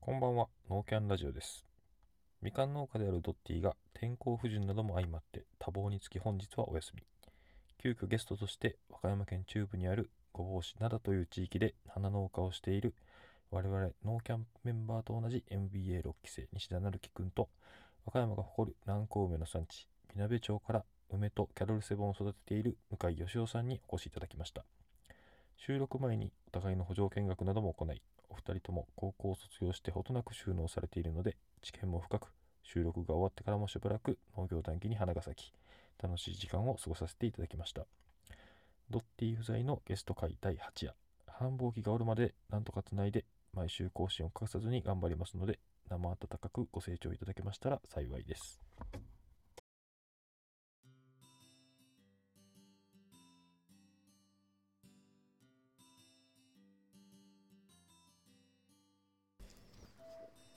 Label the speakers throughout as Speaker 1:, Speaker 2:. Speaker 1: こんばんは、ノーキャンラジオです。みかん農家であるドッティが天候不順なども相まって多忙につき本日はお休み。急遽ゲストとして和歌山県中部にある御坊市灘という地域で花農家をしている我々ノーキャンメンバーと同じ MBA6 期生西田成樹くんと和歌山が誇る南高梅の産地、みなべ町から梅とキャロルセボンを育てている向井義雄さんにお越しいただきました。収録前にお互いの補助見学なども行い、お二人とも高校を卒業してほとなく収納されているので、知見も深く、収録が終わってからもしばらく農業短期に花が咲き、楽しい時間を過ごさせていただきました。ドッティ不在のゲスト会第8夜、繁忙期がおるまでなんとかつないで、毎週更新を欠かさずに頑張りますので、生温かくご清聴いただけましたら幸いです。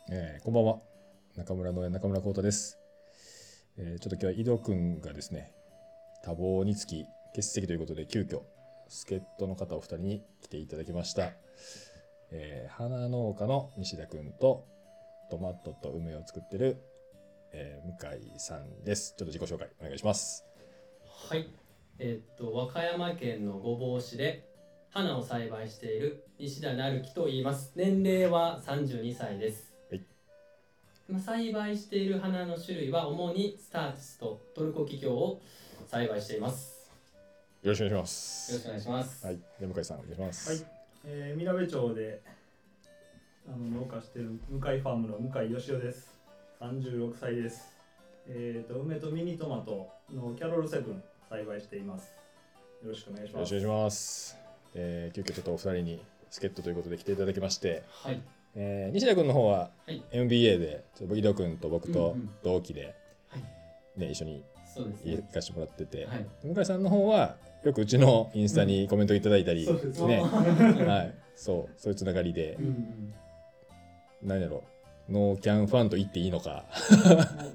Speaker 2: えーこんばんは中村の中村浩太です、えーちょっと今日は井戸くんがですね多忙につき欠席ということで急遽助っ人の方お二人に来ていただきました、えー花農家の西田くんとトマトと梅を作ってる、えー向井さんですちょっと自己紹介お願いします
Speaker 3: はい、えーっと和歌山県の御坊市で花を栽培している西田成樹と言います。年齢は32歳です。
Speaker 2: はい
Speaker 3: まあ、栽培している花の種類は主にスターチスとトルコキキョウを栽培しています。
Speaker 2: よろしくお願いしま
Speaker 3: よろしく
Speaker 2: す
Speaker 3: お願いします。
Speaker 2: はい、では向井さんお願いします、
Speaker 4: はい、えー、みなべ町であの農家してる向井ファームの向井義雄です36歳ですえー、と梅とミニトマトのキャロルセブン栽培していますよろしくお願いし
Speaker 2: よろ
Speaker 4: ま
Speaker 2: し
Speaker 4: す
Speaker 2: くお願いします、えー急遽ちょっとお二人に助っ人ということで来ていただきまして
Speaker 3: はい、
Speaker 2: えー西田君の方は
Speaker 3: はい
Speaker 2: MBA で、ちょっと井戸君と僕と
Speaker 3: うんうん
Speaker 2: 同期で、
Speaker 3: はい
Speaker 2: ね一緒に
Speaker 3: そうです
Speaker 2: 行
Speaker 3: ね。
Speaker 2: かしてもらってて、
Speaker 3: はい、
Speaker 2: 向井さんの方はよくうちのインスタにコメントいただいたり、
Speaker 4: そうで す
Speaker 2: ね、
Speaker 3: あ
Speaker 2: はい、そうそういうつながりで
Speaker 3: ーう、んうん、
Speaker 2: 何やろうノーキャンファンと言っていいのか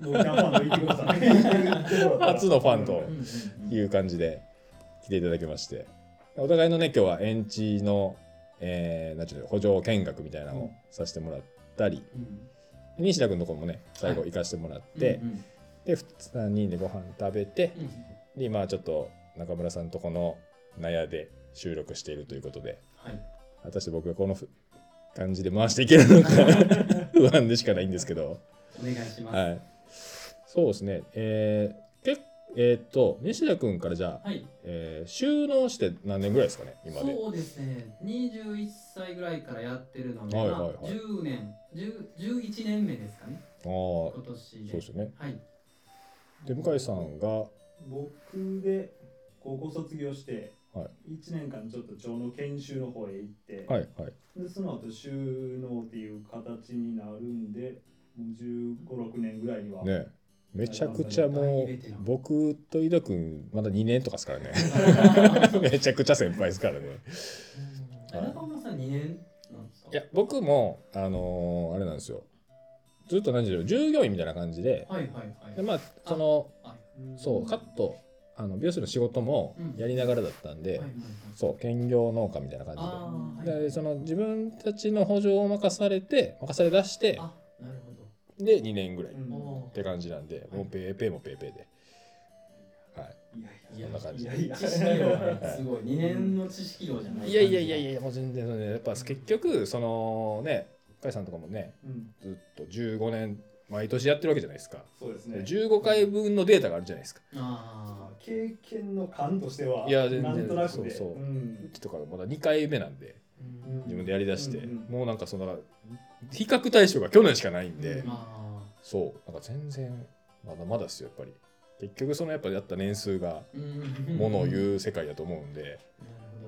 Speaker 4: もうもうキャンパーの言ってください
Speaker 2: 初のファンと
Speaker 3: うんうんうん
Speaker 2: いう感じで来ていただきましてお互いのね今日は園地の、えー、なんていうの補助見学みたいなのをさせてもらったり、
Speaker 3: うん
Speaker 2: 西田君のとこもね最後行かしてもらって、
Speaker 3: うんうん
Speaker 2: で3人でご飯食べて、
Speaker 3: うん
Speaker 2: で今ちょっと中村さんとこの納屋で収録しているということで
Speaker 3: はい、
Speaker 2: 果たして僕がこのふ感じで回していける のか不安でしかないんですけど、
Speaker 3: お願いします。
Speaker 2: はい、そうですねえー、けえーっと西田君からじゃあ、
Speaker 3: はい
Speaker 2: えー収納して何年ぐらいですかね今で
Speaker 3: そうですね21歳ぐらいからやってるので、
Speaker 2: はいはいはい
Speaker 3: まあ、10年10 11年目ですかね
Speaker 2: ああー
Speaker 3: 今年
Speaker 2: そうですよね
Speaker 3: はい
Speaker 2: で向井さんが
Speaker 4: 僕で高校卒業して
Speaker 2: は
Speaker 4: 1年間ちょっと町の研修の方へ行って、
Speaker 2: はいはい
Speaker 4: でその後収納っていう形になるんでもう1516年ぐらいには、
Speaker 2: ねめちゃくちゃも
Speaker 3: 大ベ
Speaker 2: う
Speaker 3: テラン
Speaker 2: 僕と井戸君まだ2年とかですからね めちゃくちゃ先輩ですからね
Speaker 3: あ中村さん2年なんですか
Speaker 2: いや僕もあのーあれなんですよずっと何時だろう従業員みたいな感じで
Speaker 3: はいはいは
Speaker 2: で
Speaker 3: い
Speaker 2: まあその
Speaker 4: ん
Speaker 2: そうカットあの美容師の仕事も
Speaker 3: うん
Speaker 2: やりながらだったんで、
Speaker 3: はいはいはい
Speaker 2: そう兼業農家みたいな感
Speaker 3: あー
Speaker 2: じ
Speaker 3: は
Speaker 2: で
Speaker 3: い
Speaker 2: でその自分たちの補助を任されて任され出して
Speaker 3: あなるほ
Speaker 2: で2年ぐらいっ
Speaker 4: うん
Speaker 3: どお
Speaker 2: て感じなんでもうペーペーもペーペーではい
Speaker 4: や
Speaker 3: いや
Speaker 2: こんな感じ
Speaker 4: いやい
Speaker 3: ー
Speaker 4: や
Speaker 3: 知識量がすごい2年の知識量じゃない
Speaker 2: いやいやいやいやもう全然ねやっぱ結局そのね向井さんとかもね
Speaker 4: うん、
Speaker 2: ずっと15年毎年やってるわけじゃないですか
Speaker 4: そうですね。
Speaker 2: 15回分のデータがあるじゃないですか
Speaker 3: あ
Speaker 4: 経験の感としては、
Speaker 2: いや全然
Speaker 4: なんとなくで、
Speaker 2: そうそうんとかまだ2回目なんで
Speaker 3: ーう
Speaker 4: うん
Speaker 3: ん
Speaker 2: 自分でやりだして、
Speaker 4: うんうん
Speaker 2: もうなんかその比較対象が去年しかないんで、
Speaker 4: うん
Speaker 3: あ
Speaker 2: そうなんか全然まだまだっすよやっぱり結局そのやっぱやった年数が
Speaker 3: ーうん
Speaker 2: ものを
Speaker 3: なる
Speaker 2: 言う世界だと思うんで、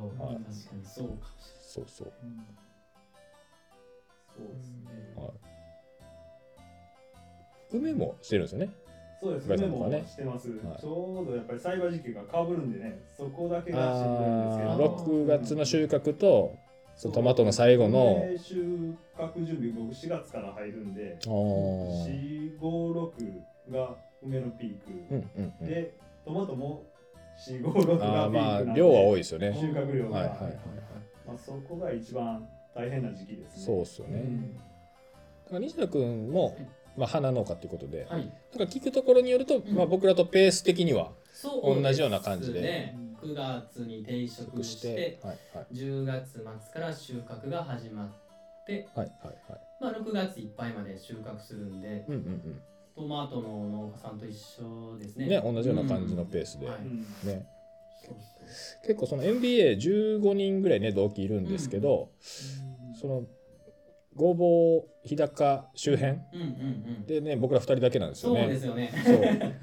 Speaker 3: ほど、
Speaker 2: はい
Speaker 3: 確かにそうかもし
Speaker 2: そうそう
Speaker 4: うんそうですね。
Speaker 2: はい梅もしてるんですよね
Speaker 4: そうです
Speaker 2: ガイさ
Speaker 4: ね。
Speaker 2: んとか
Speaker 4: も
Speaker 2: ね
Speaker 4: うしてます、
Speaker 2: はい
Speaker 4: ちょうどやっぱり栽培時期が被るんでね、そこだけがしんどいんですけ
Speaker 2: あ
Speaker 3: ー
Speaker 2: あ
Speaker 4: ど。
Speaker 2: 6月の収穫とそのトマトの最後の
Speaker 4: で収穫準備、僕4月から入るんで、
Speaker 2: あー
Speaker 4: 4、5、6が梅のピーク。
Speaker 2: うんうんうん
Speaker 4: で、トマトも4、5、6
Speaker 2: あ
Speaker 4: が
Speaker 2: ー
Speaker 4: ピ
Speaker 2: ま
Speaker 4: ー
Speaker 2: あ
Speaker 4: クなんで、
Speaker 2: 量は多いですよ
Speaker 3: れない
Speaker 2: ね
Speaker 4: 収穫量が
Speaker 2: はいはいはい
Speaker 4: まあ、そこが一番大変な時期ですね。
Speaker 2: そうっすよね、
Speaker 4: うん
Speaker 2: まあ、西野君も、まあ、花農家ということで、
Speaker 3: はい、
Speaker 2: なんか聞くところによると、
Speaker 3: ん
Speaker 2: まあ、僕らとペース的には
Speaker 3: そうですね
Speaker 2: 同じような感じで
Speaker 3: 9月に定食
Speaker 2: 得
Speaker 3: し
Speaker 2: してて、はいはい
Speaker 3: 10月末から収穫が始まって、
Speaker 2: はいはいはい。
Speaker 3: まあ、6月いっぱいまで収穫するんで
Speaker 2: うんうん
Speaker 3: トマトの農家さんと一緒です
Speaker 2: う
Speaker 3: ね
Speaker 2: ん。ね、同じような感じのペー
Speaker 3: ス
Speaker 2: スで。
Speaker 3: はい
Speaker 4: うん
Speaker 2: ね、
Speaker 3: そうそ
Speaker 2: 結構その NBA15 人ぐらいね同期いるんですけど、そのごぼう日高周辺
Speaker 3: ううんうんうん
Speaker 2: でね僕ら2人だけなんです
Speaker 3: そ
Speaker 2: よ
Speaker 3: う
Speaker 2: ね。
Speaker 3: ですよね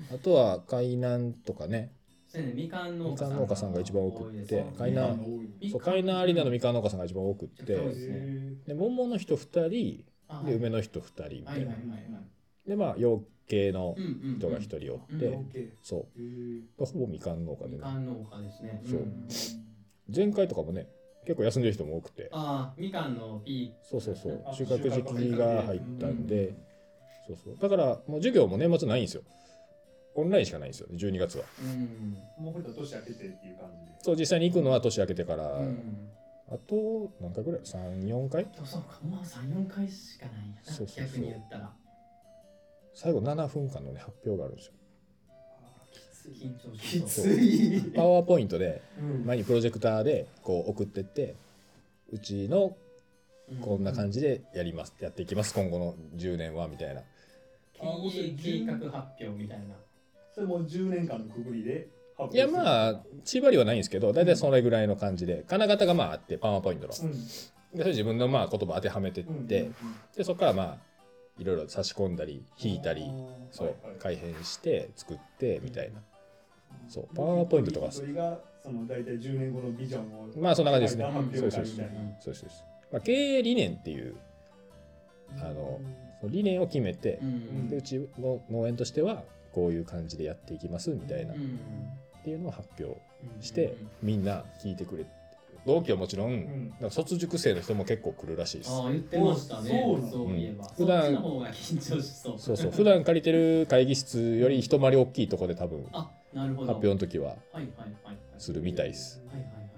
Speaker 2: そうあとは海南とかね
Speaker 3: そうですねみかん
Speaker 2: み
Speaker 3: 農家さ
Speaker 2: か
Speaker 3: ん
Speaker 2: ん農家さんが一番多くって、海南
Speaker 3: み
Speaker 2: そう
Speaker 3: かん
Speaker 2: 海南アリーナのみかん農家さんが一番多くっ
Speaker 3: そうで
Speaker 2: て
Speaker 3: すね
Speaker 2: で桃の人2人
Speaker 3: あはい
Speaker 2: で梅の人2人みた
Speaker 3: はい
Speaker 2: い
Speaker 3: はい
Speaker 2: な、
Speaker 3: はいはい
Speaker 2: でまあ養鶏の
Speaker 3: うんうんうん
Speaker 2: 人が1人おって、
Speaker 3: うんう
Speaker 2: そうほぼみかん農家で
Speaker 3: み
Speaker 2: ね
Speaker 3: かん農家ですね
Speaker 2: そうん前回とかもね結構休んでる人も多くて
Speaker 3: ああみかんのピー
Speaker 2: そうそうそう
Speaker 4: あ
Speaker 2: 収穫時期が入ったんで、そうそうだからもう授業も年末ないんですよオンラインしかないんですよね12月は
Speaker 3: うん
Speaker 4: もうこれ年明けてっていう感じで。
Speaker 2: そう実際に行くのは年明けてから、
Speaker 3: うん
Speaker 2: あと何回ぐらい34回
Speaker 3: でもそうかまあ34回しかないんやな
Speaker 2: そうそうそう
Speaker 3: 逆に言ったら
Speaker 2: 最後7分間のね発表があるんですよ
Speaker 3: 緊張しそう
Speaker 2: そう
Speaker 4: い。
Speaker 2: パワーポイントで
Speaker 4: うん。
Speaker 2: 前にプロジェクターでこう送ってってうちの
Speaker 3: う
Speaker 2: こんな感じでやります、やっていきます今後の10年はみたいな
Speaker 3: 経営計画発表みたいな
Speaker 4: それもう10年間のくぐりで発
Speaker 2: いやまあ千葉りはないんですけど大体それぐらいの感じで金型がまああってパワーポイントの
Speaker 4: うん。
Speaker 2: でそれ自分のまあ言葉当てはめてっ
Speaker 4: うん
Speaker 2: て、でそこからまあいろいろ差し込んだり引いたりそう、改変して作ってみたいなそうパワーポイントとか
Speaker 4: それがその大体10年後のビジョンを
Speaker 2: まあそんな感じですね
Speaker 4: 発表
Speaker 2: そう
Speaker 4: 会
Speaker 2: そう
Speaker 4: み
Speaker 2: そ
Speaker 4: た
Speaker 2: う
Speaker 4: いな
Speaker 2: そうですそうです、まあ、経営理念っていうあのその理念を決めて
Speaker 3: う、ん
Speaker 4: ん
Speaker 2: でうちの農園としてはこういう感じでやっていきますみたいな
Speaker 3: う
Speaker 2: っ
Speaker 3: ん
Speaker 2: ていうのを発表
Speaker 3: うん
Speaker 2: して、みんな聞いてくれ同期はもちろん、
Speaker 4: ん
Speaker 2: なんか卒塾生の人も結構来るらしいです
Speaker 3: ああ言ってましたね
Speaker 4: そうなの
Speaker 3: そういえ
Speaker 2: う
Speaker 3: ば
Speaker 2: ん
Speaker 3: そ
Speaker 2: 普
Speaker 3: っ
Speaker 2: 段
Speaker 3: ちの方が緊張しそう
Speaker 2: そうそう普段借りてる会議室より一回り大きいとこで多分発
Speaker 3: あなるほど
Speaker 2: 表の時は
Speaker 3: はいはいはい
Speaker 2: するみたいです
Speaker 3: はいはいはい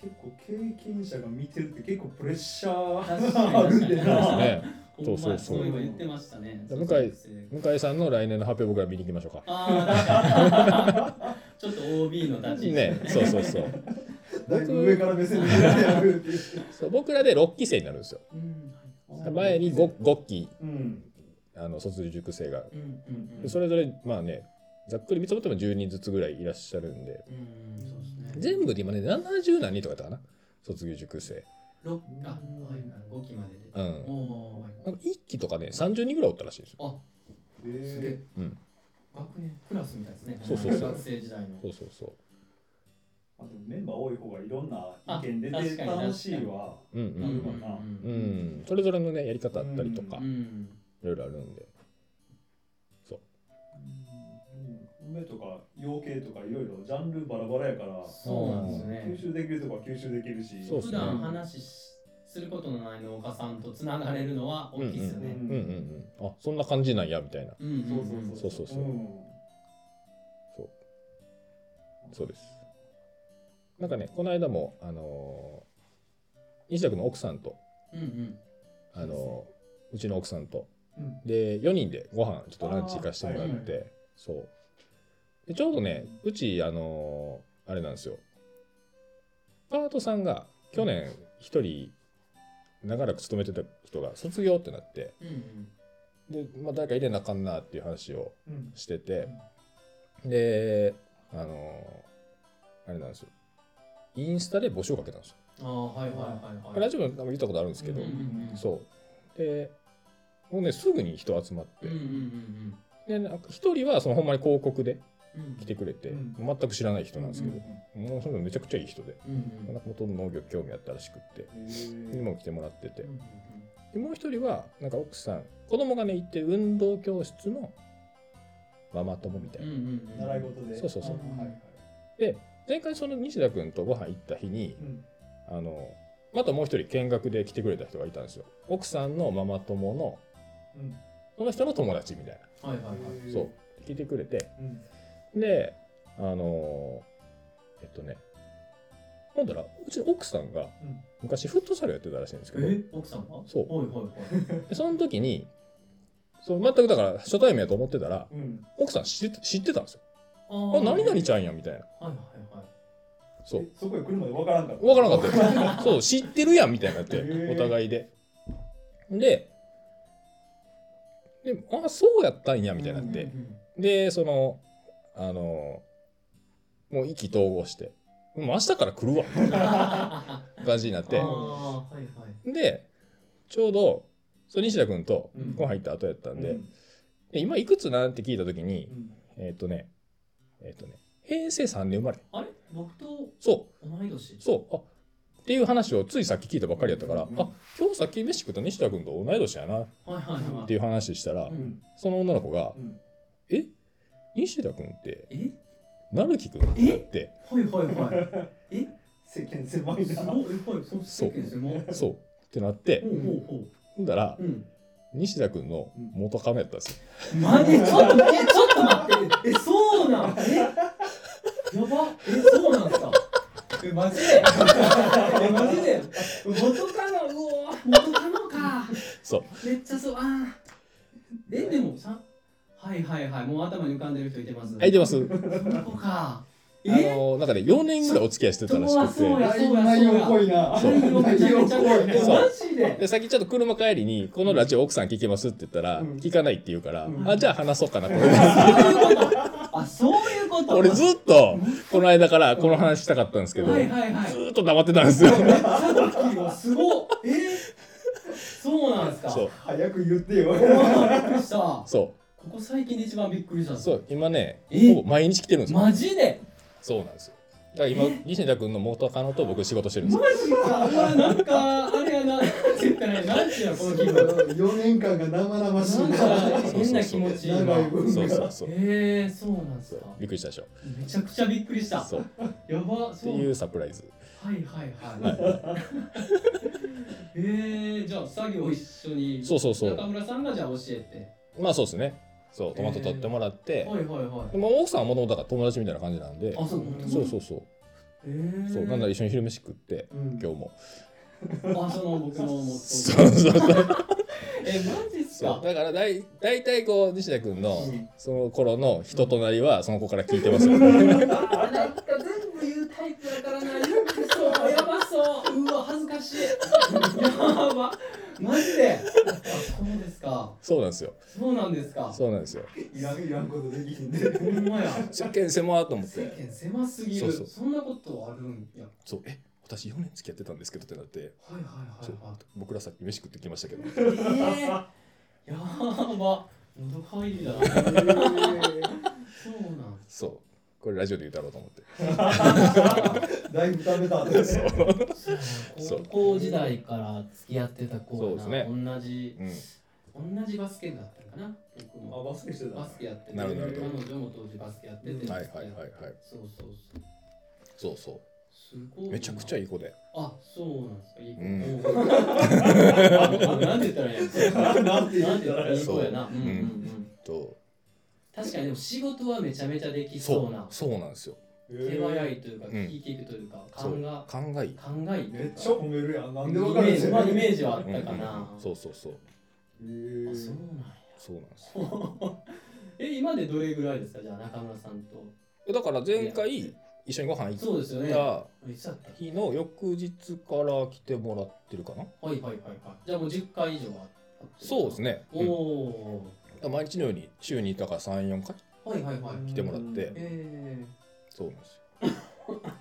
Speaker 4: 結構経験者が見てるって結構プレッシャー
Speaker 3: 確か
Speaker 4: があ
Speaker 3: に確
Speaker 4: るん
Speaker 3: か
Speaker 2: そうです
Speaker 3: に
Speaker 4: でな。
Speaker 2: ね
Speaker 3: ほん
Speaker 2: そ
Speaker 3: ま
Speaker 2: うそうそう
Speaker 3: そういえば言ってましたね
Speaker 2: 向井
Speaker 3: 卒業生
Speaker 2: 向井さんの来年の発表僕ら見に行きましょうか
Speaker 3: ああ ちょっと OB の立ち位置
Speaker 2: ねそうそうそう
Speaker 4: だいぶ上から目線でやるっていう。
Speaker 2: そう僕らで6期生になるんですよ
Speaker 3: うんはい
Speaker 2: 前に 5, 5期
Speaker 4: うん。
Speaker 2: あの卒塾生が
Speaker 3: うんうんう
Speaker 2: で
Speaker 3: ん
Speaker 2: それぞれまあねざっくり見積もっても10人ずつぐらいいらっしゃるんで
Speaker 3: うんそうですね
Speaker 2: 全部で今ね70何人とかだったかな卒業塾生
Speaker 3: 六あはいはい五期までで
Speaker 2: うん
Speaker 3: おーはい
Speaker 2: なんか1期とかね30人ぐらいおったらしいですよ
Speaker 3: あすげえ
Speaker 4: え
Speaker 2: うん
Speaker 3: 学年クラスみたいですね
Speaker 2: そうそうそう
Speaker 3: 学生時代の
Speaker 2: そうそうそ
Speaker 4: まあ、でもメンバー多い方がいろんな意見出て
Speaker 3: あ
Speaker 4: 楽しいわ。
Speaker 2: ううん
Speaker 3: うん
Speaker 2: うん
Speaker 3: う
Speaker 2: う
Speaker 3: ん
Speaker 2: ん、うん、それぞれのねやり方あったりとか
Speaker 3: うんうん
Speaker 2: いろいろあるんで
Speaker 4: 梅とか養鶏とかいろいろジャンルバラバラやから
Speaker 3: そうなんですね
Speaker 4: 吸収できるとこは吸収できるし。
Speaker 2: そうっ
Speaker 3: 普
Speaker 2: すね
Speaker 3: 段話しすることのない農家さんとつながれるのは大きいですよ
Speaker 4: う
Speaker 3: ね。
Speaker 2: うんうん
Speaker 4: ん
Speaker 2: うんあそんな感じなんやみたいな
Speaker 3: うん
Speaker 4: そう
Speaker 3: うんうん
Speaker 4: そうそう
Speaker 2: そうそうそうんそうそうですなんかねこの間もあのー、西田君の奥さんと
Speaker 3: うんうん
Speaker 2: あのうちの奥さんと
Speaker 4: うん
Speaker 2: で4人でご飯ちょっとランチ行かしてもらっ
Speaker 4: あー
Speaker 2: て、そうでちょうどねうちあのーあれなんですよパートさんが去年1人長らく勤めてた人が卒業ってなって
Speaker 3: うんうん
Speaker 2: で、まあ、誰か入れなあかんなっていう話を
Speaker 4: うん
Speaker 2: しててであのーあれなんですよインスタで募集をかけたんですよ、
Speaker 3: ああはいはいはいは
Speaker 2: ラ
Speaker 3: い。
Speaker 2: ジオでも言ったことあるんですけど、
Speaker 3: うんうんうん
Speaker 2: そうでもうねすぐに人集まって、
Speaker 3: うんうんうん
Speaker 2: でなんか一人はそのほんまに広告で
Speaker 3: うんうん。
Speaker 2: 来てくれて、
Speaker 4: うん
Speaker 2: 全く知らない人なんですけど、
Speaker 3: う
Speaker 2: もうそれめちゃくちゃいい人で
Speaker 3: うんうん
Speaker 2: なんか元々農業興味あったらしくって
Speaker 4: へ
Speaker 2: に
Speaker 4: え
Speaker 2: も来てもらってて、
Speaker 3: うんうん
Speaker 2: でもう一人はなんか奥さん子供がねいて運動教室のママ友みたい
Speaker 3: うん
Speaker 2: な、
Speaker 3: うんうん。
Speaker 4: 習い事で
Speaker 2: そうそうそう
Speaker 4: はいはい
Speaker 2: で前回その西田君とご飯行った日に
Speaker 4: うん
Speaker 2: あのまたもう一人見学で来てくれた人がいたんですよ奥さんのママ友の
Speaker 4: うん
Speaker 2: その人の友達みたい
Speaker 3: はいはいはい。
Speaker 2: なそう来てくれて
Speaker 4: うん
Speaker 2: であのえっとねほんだらうちの奥さんが
Speaker 4: うん
Speaker 2: 昔フットサルやってたらしいんですけど
Speaker 3: え奥さんは
Speaker 2: そう
Speaker 3: はいはいはい
Speaker 2: でその時にそう全くだから初対面やと思ってたら
Speaker 4: うん
Speaker 2: 奥さん知って知ってたんですよ。
Speaker 3: あ
Speaker 2: あ
Speaker 3: ー
Speaker 2: 何々
Speaker 3: はい
Speaker 2: ちゃんやみたいな。
Speaker 3: はいはい
Speaker 2: そう
Speaker 4: えそこへ来るまで分からんかった
Speaker 2: 分からなかったよそう知ってるやんみたいになって
Speaker 4: へー
Speaker 2: お互いででであそうやったんやみたいになっ
Speaker 4: う
Speaker 2: て
Speaker 4: ん
Speaker 2: でそのあのもう意気投合してもう明日から来るわみたい
Speaker 3: あ
Speaker 2: な感じになっ
Speaker 3: ー
Speaker 2: て
Speaker 3: はいはい
Speaker 2: でちょうどそう西田君と
Speaker 4: うん
Speaker 2: ご飯入った後やったんで、
Speaker 4: うん
Speaker 2: で今いくつなんて聞いた時に
Speaker 4: うん
Speaker 2: えっ、とねえっ、とね平成3年生まれ
Speaker 3: あれ僕と
Speaker 2: そう
Speaker 3: 同い年
Speaker 2: そうあっていう話をついさっき聞いたばっかりやったから、
Speaker 4: うん
Speaker 2: あ今日さっき飯食った西田君と同い年やなっ
Speaker 3: はいはいはい
Speaker 2: ていう話したら、
Speaker 3: うん
Speaker 2: その女の子が「
Speaker 4: うん
Speaker 2: え西田君って
Speaker 3: え
Speaker 2: 成樹君だって
Speaker 3: はいはい はい
Speaker 4: 世間狭い
Speaker 3: す
Speaker 4: な
Speaker 3: ごいはいそう世間狭い
Speaker 2: そうってなって
Speaker 3: ほうほうほ
Speaker 2: ほんだら
Speaker 3: ううん
Speaker 2: 西田君の元カノやったんですよ。
Speaker 3: マジちょっとえちょっと待ってえそうなんえやばえそうなんすかえマジでえマジで元カノうわ元カノか
Speaker 2: そう
Speaker 3: めっちゃそうあーえでもさはいはいはいもう頭に浮かんでる人いてます
Speaker 2: 空いてます。あ
Speaker 3: その子かえ
Speaker 2: のなんかね4年ぐらいお付き合いしてたらしく
Speaker 3: そうそう
Speaker 2: て
Speaker 3: や
Speaker 4: だいぶ内容濃いな
Speaker 2: そう
Speaker 3: 内容めちゃめちゃ濃いえ
Speaker 2: そう
Speaker 3: マジで
Speaker 2: でさっきちょっと車帰りに「このラジオ奥さん聞けます」って言ったら
Speaker 4: うん
Speaker 2: 「聞かない」って言うから
Speaker 4: う
Speaker 2: 「
Speaker 4: ん
Speaker 2: あじゃあ話そうかなこれ
Speaker 3: あそういうこ」と
Speaker 2: 俺ずっとこの間からこの話したかったんですけど
Speaker 3: は
Speaker 2: ず
Speaker 3: いはいはい
Speaker 2: ーっと黙ってたんですよ。
Speaker 3: めっちゃドッキリはすごっえそうなんですか
Speaker 2: そう
Speaker 4: 早く言ってよ
Speaker 3: うわびっくりしたこ
Speaker 2: そう
Speaker 3: こ最近で一番びっくりした
Speaker 2: そう今ね
Speaker 3: え
Speaker 2: ほぼ毎日来てるんですよ
Speaker 3: マジで
Speaker 2: そうなんですよだから今西田君の元カノと僕仕事してるんです
Speaker 3: マ
Speaker 2: よ
Speaker 3: ジかうわなんかあれやななんて言ったらいいなんていうのこの気分なんか
Speaker 4: 4年間が生々しいな
Speaker 3: 変な気持ち今
Speaker 4: 長い分
Speaker 2: そう
Speaker 4: が
Speaker 2: そうそう
Speaker 3: えー、そうなんですか
Speaker 2: びっくりしたでしょ
Speaker 3: めちゃくちゃびっくりした
Speaker 2: そうっ
Speaker 3: やば
Speaker 2: て
Speaker 3: そう
Speaker 2: いうサプライズ
Speaker 3: はいはいはい、 えー、じゃあ作業一緒に
Speaker 2: そうそうそ
Speaker 3: 中
Speaker 2: う
Speaker 3: 村さんがじゃあ教え
Speaker 2: まあそうですねそうトマト取ってもらって、
Speaker 3: てはいはいは
Speaker 2: でも奥さんはもともとだから友達みたいな感じなんで
Speaker 3: いあそう
Speaker 2: そうそうそう
Speaker 3: えー、
Speaker 2: そうなんだ一緒に昼飯食って
Speaker 4: うん
Speaker 2: 今日も
Speaker 3: あ、その僕のも
Speaker 2: そうそうそう
Speaker 3: え、マジっす
Speaker 2: そう
Speaker 3: か。
Speaker 2: だからだい大体こう西田君の
Speaker 4: うん
Speaker 2: その頃の人となりはその子から聞いてます よね
Speaker 3: あなんか全部言うタイプだからな、言ってそう、やばそう、うわ、恥ず かしい。やば、マジで。あそうですか。
Speaker 2: そうなんですよ
Speaker 3: そうなんですか。
Speaker 2: そうなんですよ
Speaker 4: いらんいらんことできひんで
Speaker 3: ほんまや。
Speaker 2: 世間狭ーと思っ
Speaker 3: 世
Speaker 2: て
Speaker 3: 間狭すぎる。
Speaker 2: そう
Speaker 3: そ
Speaker 2: そうん
Speaker 3: なことあるんや。
Speaker 2: そうえ私4年付き合ってたんですけどってなって
Speaker 3: はい
Speaker 2: そう
Speaker 3: は
Speaker 2: 僕らさっき飯食ってきましたけど
Speaker 3: いはいはい。えー、やば。喉かいりだな。そうなん。
Speaker 2: そうこれラジオで言うだろうと思って
Speaker 4: だいぶ食べた後です
Speaker 2: そう
Speaker 3: 高校時代から付き合ってた子がな
Speaker 2: そうです
Speaker 3: 同じ同じバスケ部だったのかな僕
Speaker 4: あ
Speaker 3: も
Speaker 4: バスケしてた
Speaker 3: バスケやってて
Speaker 2: な
Speaker 3: 彼
Speaker 2: る
Speaker 3: 女
Speaker 2: ほど
Speaker 3: も当時バスケやってて、
Speaker 4: うん
Speaker 2: はいはいはいはい
Speaker 3: そうそうそ
Speaker 2: そ
Speaker 3: う
Speaker 2: うそ
Speaker 3: すご
Speaker 2: う
Speaker 3: い
Speaker 2: めちゃくちゃい
Speaker 3: い
Speaker 2: い子で
Speaker 3: あそうなんですかいい子、
Speaker 2: うん
Speaker 3: うん なんて言ったらいいんですか
Speaker 4: なんて言
Speaker 3: な
Speaker 4: うん
Speaker 3: て言っ
Speaker 4: んだ
Speaker 3: た
Speaker 4: ろ
Speaker 3: らいい子やな
Speaker 2: そう
Speaker 3: うんうんうん
Speaker 2: と
Speaker 3: 確かにでも仕事はめちゃめちゃできそうな
Speaker 2: そうなんですよ
Speaker 3: 手早いというか
Speaker 2: うん
Speaker 3: 聞いていくというか
Speaker 2: そ
Speaker 3: 勘
Speaker 2: う
Speaker 3: が
Speaker 2: 勘がいい
Speaker 3: 勘がいいとい
Speaker 4: め
Speaker 3: う
Speaker 4: っ
Speaker 3: か
Speaker 4: ちゃ褒めるやん。なんで
Speaker 3: イ
Speaker 4: わ
Speaker 3: メ
Speaker 4: かるん
Speaker 3: ー
Speaker 4: です
Speaker 3: ジ
Speaker 4: か
Speaker 3: まあ
Speaker 4: へ
Speaker 3: イメージはあ
Speaker 2: う
Speaker 3: っ
Speaker 2: んう
Speaker 3: た
Speaker 2: ん
Speaker 3: かな、
Speaker 2: うんそうそうそう
Speaker 4: ー
Speaker 3: あそうなんや
Speaker 2: そうなんです
Speaker 3: え今でどれぐらいですかじゃあ中村さんと
Speaker 2: よだから前回一緒にご飯行
Speaker 3: そうですよ
Speaker 2: っ
Speaker 3: ね
Speaker 2: た
Speaker 3: いつだったっ
Speaker 2: 日の翌日から来てもらってるかな
Speaker 3: けはいはいはいはいじゃあもう10回以上はあってる
Speaker 2: そうですね、
Speaker 3: お
Speaker 2: うん、だから
Speaker 3: お
Speaker 2: 毎日のように週にだから34回
Speaker 3: ーはいはいはい
Speaker 2: 来てもらって
Speaker 3: え
Speaker 2: そうなんですよ
Speaker 3: ー、あ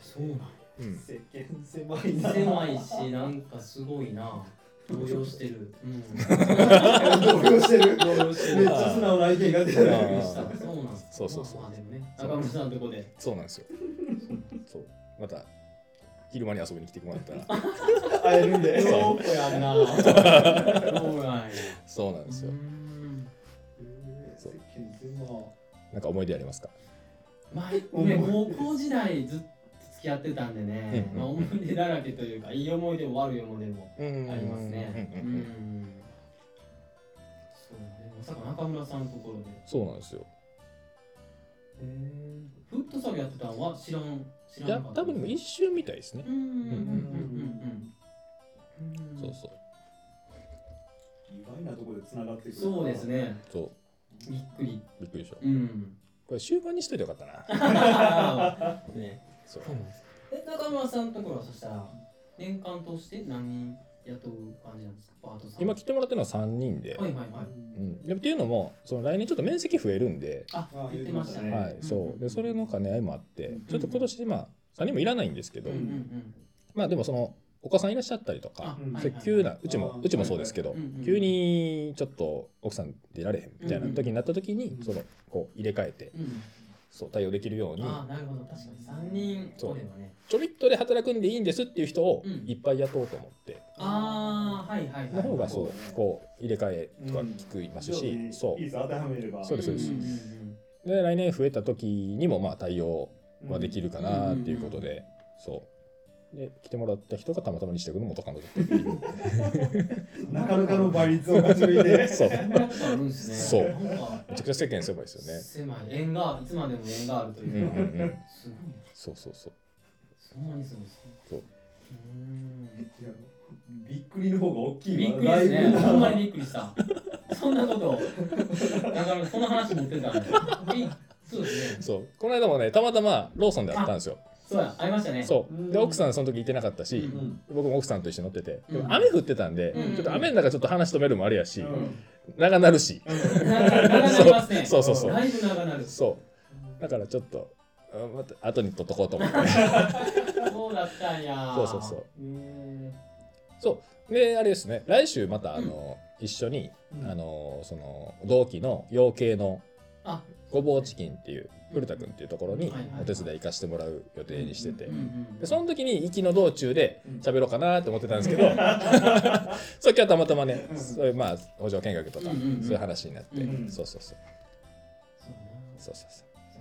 Speaker 3: そうなんや
Speaker 2: うん
Speaker 4: 世間狭いな。
Speaker 3: 狭いしなんかすごいな動揺してる うん
Speaker 4: 動揺してる。
Speaker 3: 動揺して
Speaker 4: めっ
Speaker 3: る
Speaker 4: ちゃ素直な意見が出て
Speaker 3: びっ
Speaker 4: る。
Speaker 2: あ
Speaker 3: く
Speaker 2: ー
Speaker 3: りしたそうなんす
Speaker 2: そうそうそう
Speaker 3: まあまあでもね中村さんのとこ で
Speaker 2: そうなんですよそうまた昼間に遊びに来てもらった ら
Speaker 4: 会えるんで。
Speaker 3: そうやなそうなんや
Speaker 2: そうなんですよ
Speaker 3: うーん
Speaker 4: 世間狭い。
Speaker 2: なんか思い出ありますか
Speaker 3: まあ ね、高校時代ずっと付き合ってたんでね、
Speaker 2: うん
Speaker 3: まあ、思い出だらけというかいい思い出も悪い思い出も
Speaker 2: あり
Speaker 3: ありますね。
Speaker 2: う
Speaker 3: うんん
Speaker 2: うんうん
Speaker 3: そうねまさか中村さんのところで
Speaker 2: そうなんですよ。
Speaker 4: え
Speaker 3: フットサルやってたんは知らん知ら
Speaker 2: いや
Speaker 3: なかった
Speaker 2: 多分でも一瞬みたいですね
Speaker 3: うんうんうんうんうんうん
Speaker 2: そうそう
Speaker 4: ー、意外なところでつながってくる
Speaker 3: そうですね
Speaker 2: そ
Speaker 3: びっくり
Speaker 2: うびっくりでしょ
Speaker 3: うん
Speaker 2: これ終盤にしといてよかったな
Speaker 3: ね
Speaker 2: そう
Speaker 3: そうなんですかえ中村さんのところはそしたら年間通して何人雇う感じなんですかパートさん
Speaker 2: 今来てもらってるのは3人で、
Speaker 3: はいはいはい
Speaker 2: うん、でもっていうのもその来年ちょっと面積増えるんで、
Speaker 3: あ
Speaker 4: あ
Speaker 3: 言ってましたね
Speaker 2: は
Speaker 3: う
Speaker 2: い
Speaker 3: ん
Speaker 2: そうでそれの兼ね合いもあって
Speaker 3: ん
Speaker 2: ちょっと今年まあ3人もいらないんですけ
Speaker 3: う
Speaker 2: ど、
Speaker 3: んうんうん
Speaker 2: まあでもそのお子さんいらっしゃったりと
Speaker 3: あ
Speaker 2: か
Speaker 4: うん
Speaker 2: そう急なうち
Speaker 4: あ
Speaker 2: も
Speaker 4: ー
Speaker 2: うちもそうですけど、
Speaker 3: はいはいはいうんうん
Speaker 2: 急にちょっと奥さん出られへんみたいな時になった時に、
Speaker 4: うん
Speaker 2: そのこう入れ替えて
Speaker 3: うん
Speaker 2: そう対応できるように
Speaker 3: ああなるほど確かに三人
Speaker 2: そう
Speaker 3: おればね
Speaker 2: ちょびっとで働くんでいいんですっていう人を
Speaker 3: うん
Speaker 2: いっぱい雇おうと思って、
Speaker 3: ああはいはいはい
Speaker 2: の方がそ
Speaker 4: そううだね
Speaker 2: こう入れ替えとか聞きますし、
Speaker 4: うん
Speaker 2: そ
Speaker 4: いいです当てはめれば
Speaker 2: そうですそうです
Speaker 3: んんん
Speaker 2: うで来年増えた時にもまあ対応はでき
Speaker 4: る、
Speaker 2: るかなっていうことで、そうで来てもらった人がたまたまにしてくの元カノだったっていう
Speaker 4: なかなかの倍率を勝ち抜 いて
Speaker 2: そう
Speaker 3: うんこんなことあるんですね
Speaker 2: そう
Speaker 3: なんか
Speaker 2: めちゃくちゃ世間狭いですよね
Speaker 3: 狭い縁がいつまでも縁があると
Speaker 2: うん
Speaker 3: いう
Speaker 2: う
Speaker 3: か
Speaker 2: んうん
Speaker 3: すごい
Speaker 2: そうそうそう
Speaker 3: そんなにすごいですね
Speaker 2: そう
Speaker 3: ーん
Speaker 4: いやびっくりの方が大きい
Speaker 3: びっ
Speaker 4: わ
Speaker 3: くりです
Speaker 4: だいぶ
Speaker 3: ねほんまにびっくりしたそんなことだからその話持ってたんでびそうですね
Speaker 2: そうこの間もねたまたまローソンで会ったんですよ
Speaker 3: そうや会いましたね
Speaker 2: そうで奥さんその時いてなかったし、
Speaker 3: うん
Speaker 2: 僕も奥さんと一緒に乗ってて、でも
Speaker 3: うん
Speaker 2: 雨降ってたんで、
Speaker 3: うん
Speaker 2: ちょっと雨の中ちょっと話止めるのもあれやし、
Speaker 4: うん
Speaker 2: 長なるし、
Speaker 3: 長なりますね
Speaker 2: そうそうそう
Speaker 3: だいぶ長なる
Speaker 2: そうだからちょっとあまた後に取っとこうと思って
Speaker 3: そうだったんや
Speaker 2: そうそうそう
Speaker 3: へ
Speaker 2: そうであれですね来週またあの、一緒に、
Speaker 4: うん
Speaker 2: あのその同期の養鶏の
Speaker 3: あ
Speaker 2: ごぼうチキンっていう古田君っていうところに
Speaker 3: はいはいはい
Speaker 2: お手伝い行かしてもらう予定にしてて、
Speaker 3: えうん
Speaker 2: でその時に行きの道中で
Speaker 4: うん
Speaker 2: 喋ろうかなと思ってたんですけ ど、そう今日たまたまね、
Speaker 4: うん
Speaker 2: そういうまあ補助見学とか、
Speaker 3: うんうんうん
Speaker 2: そういう話になって、
Speaker 4: うん
Speaker 2: そうそうそう
Speaker 3: そうね
Speaker 2: そうそうそう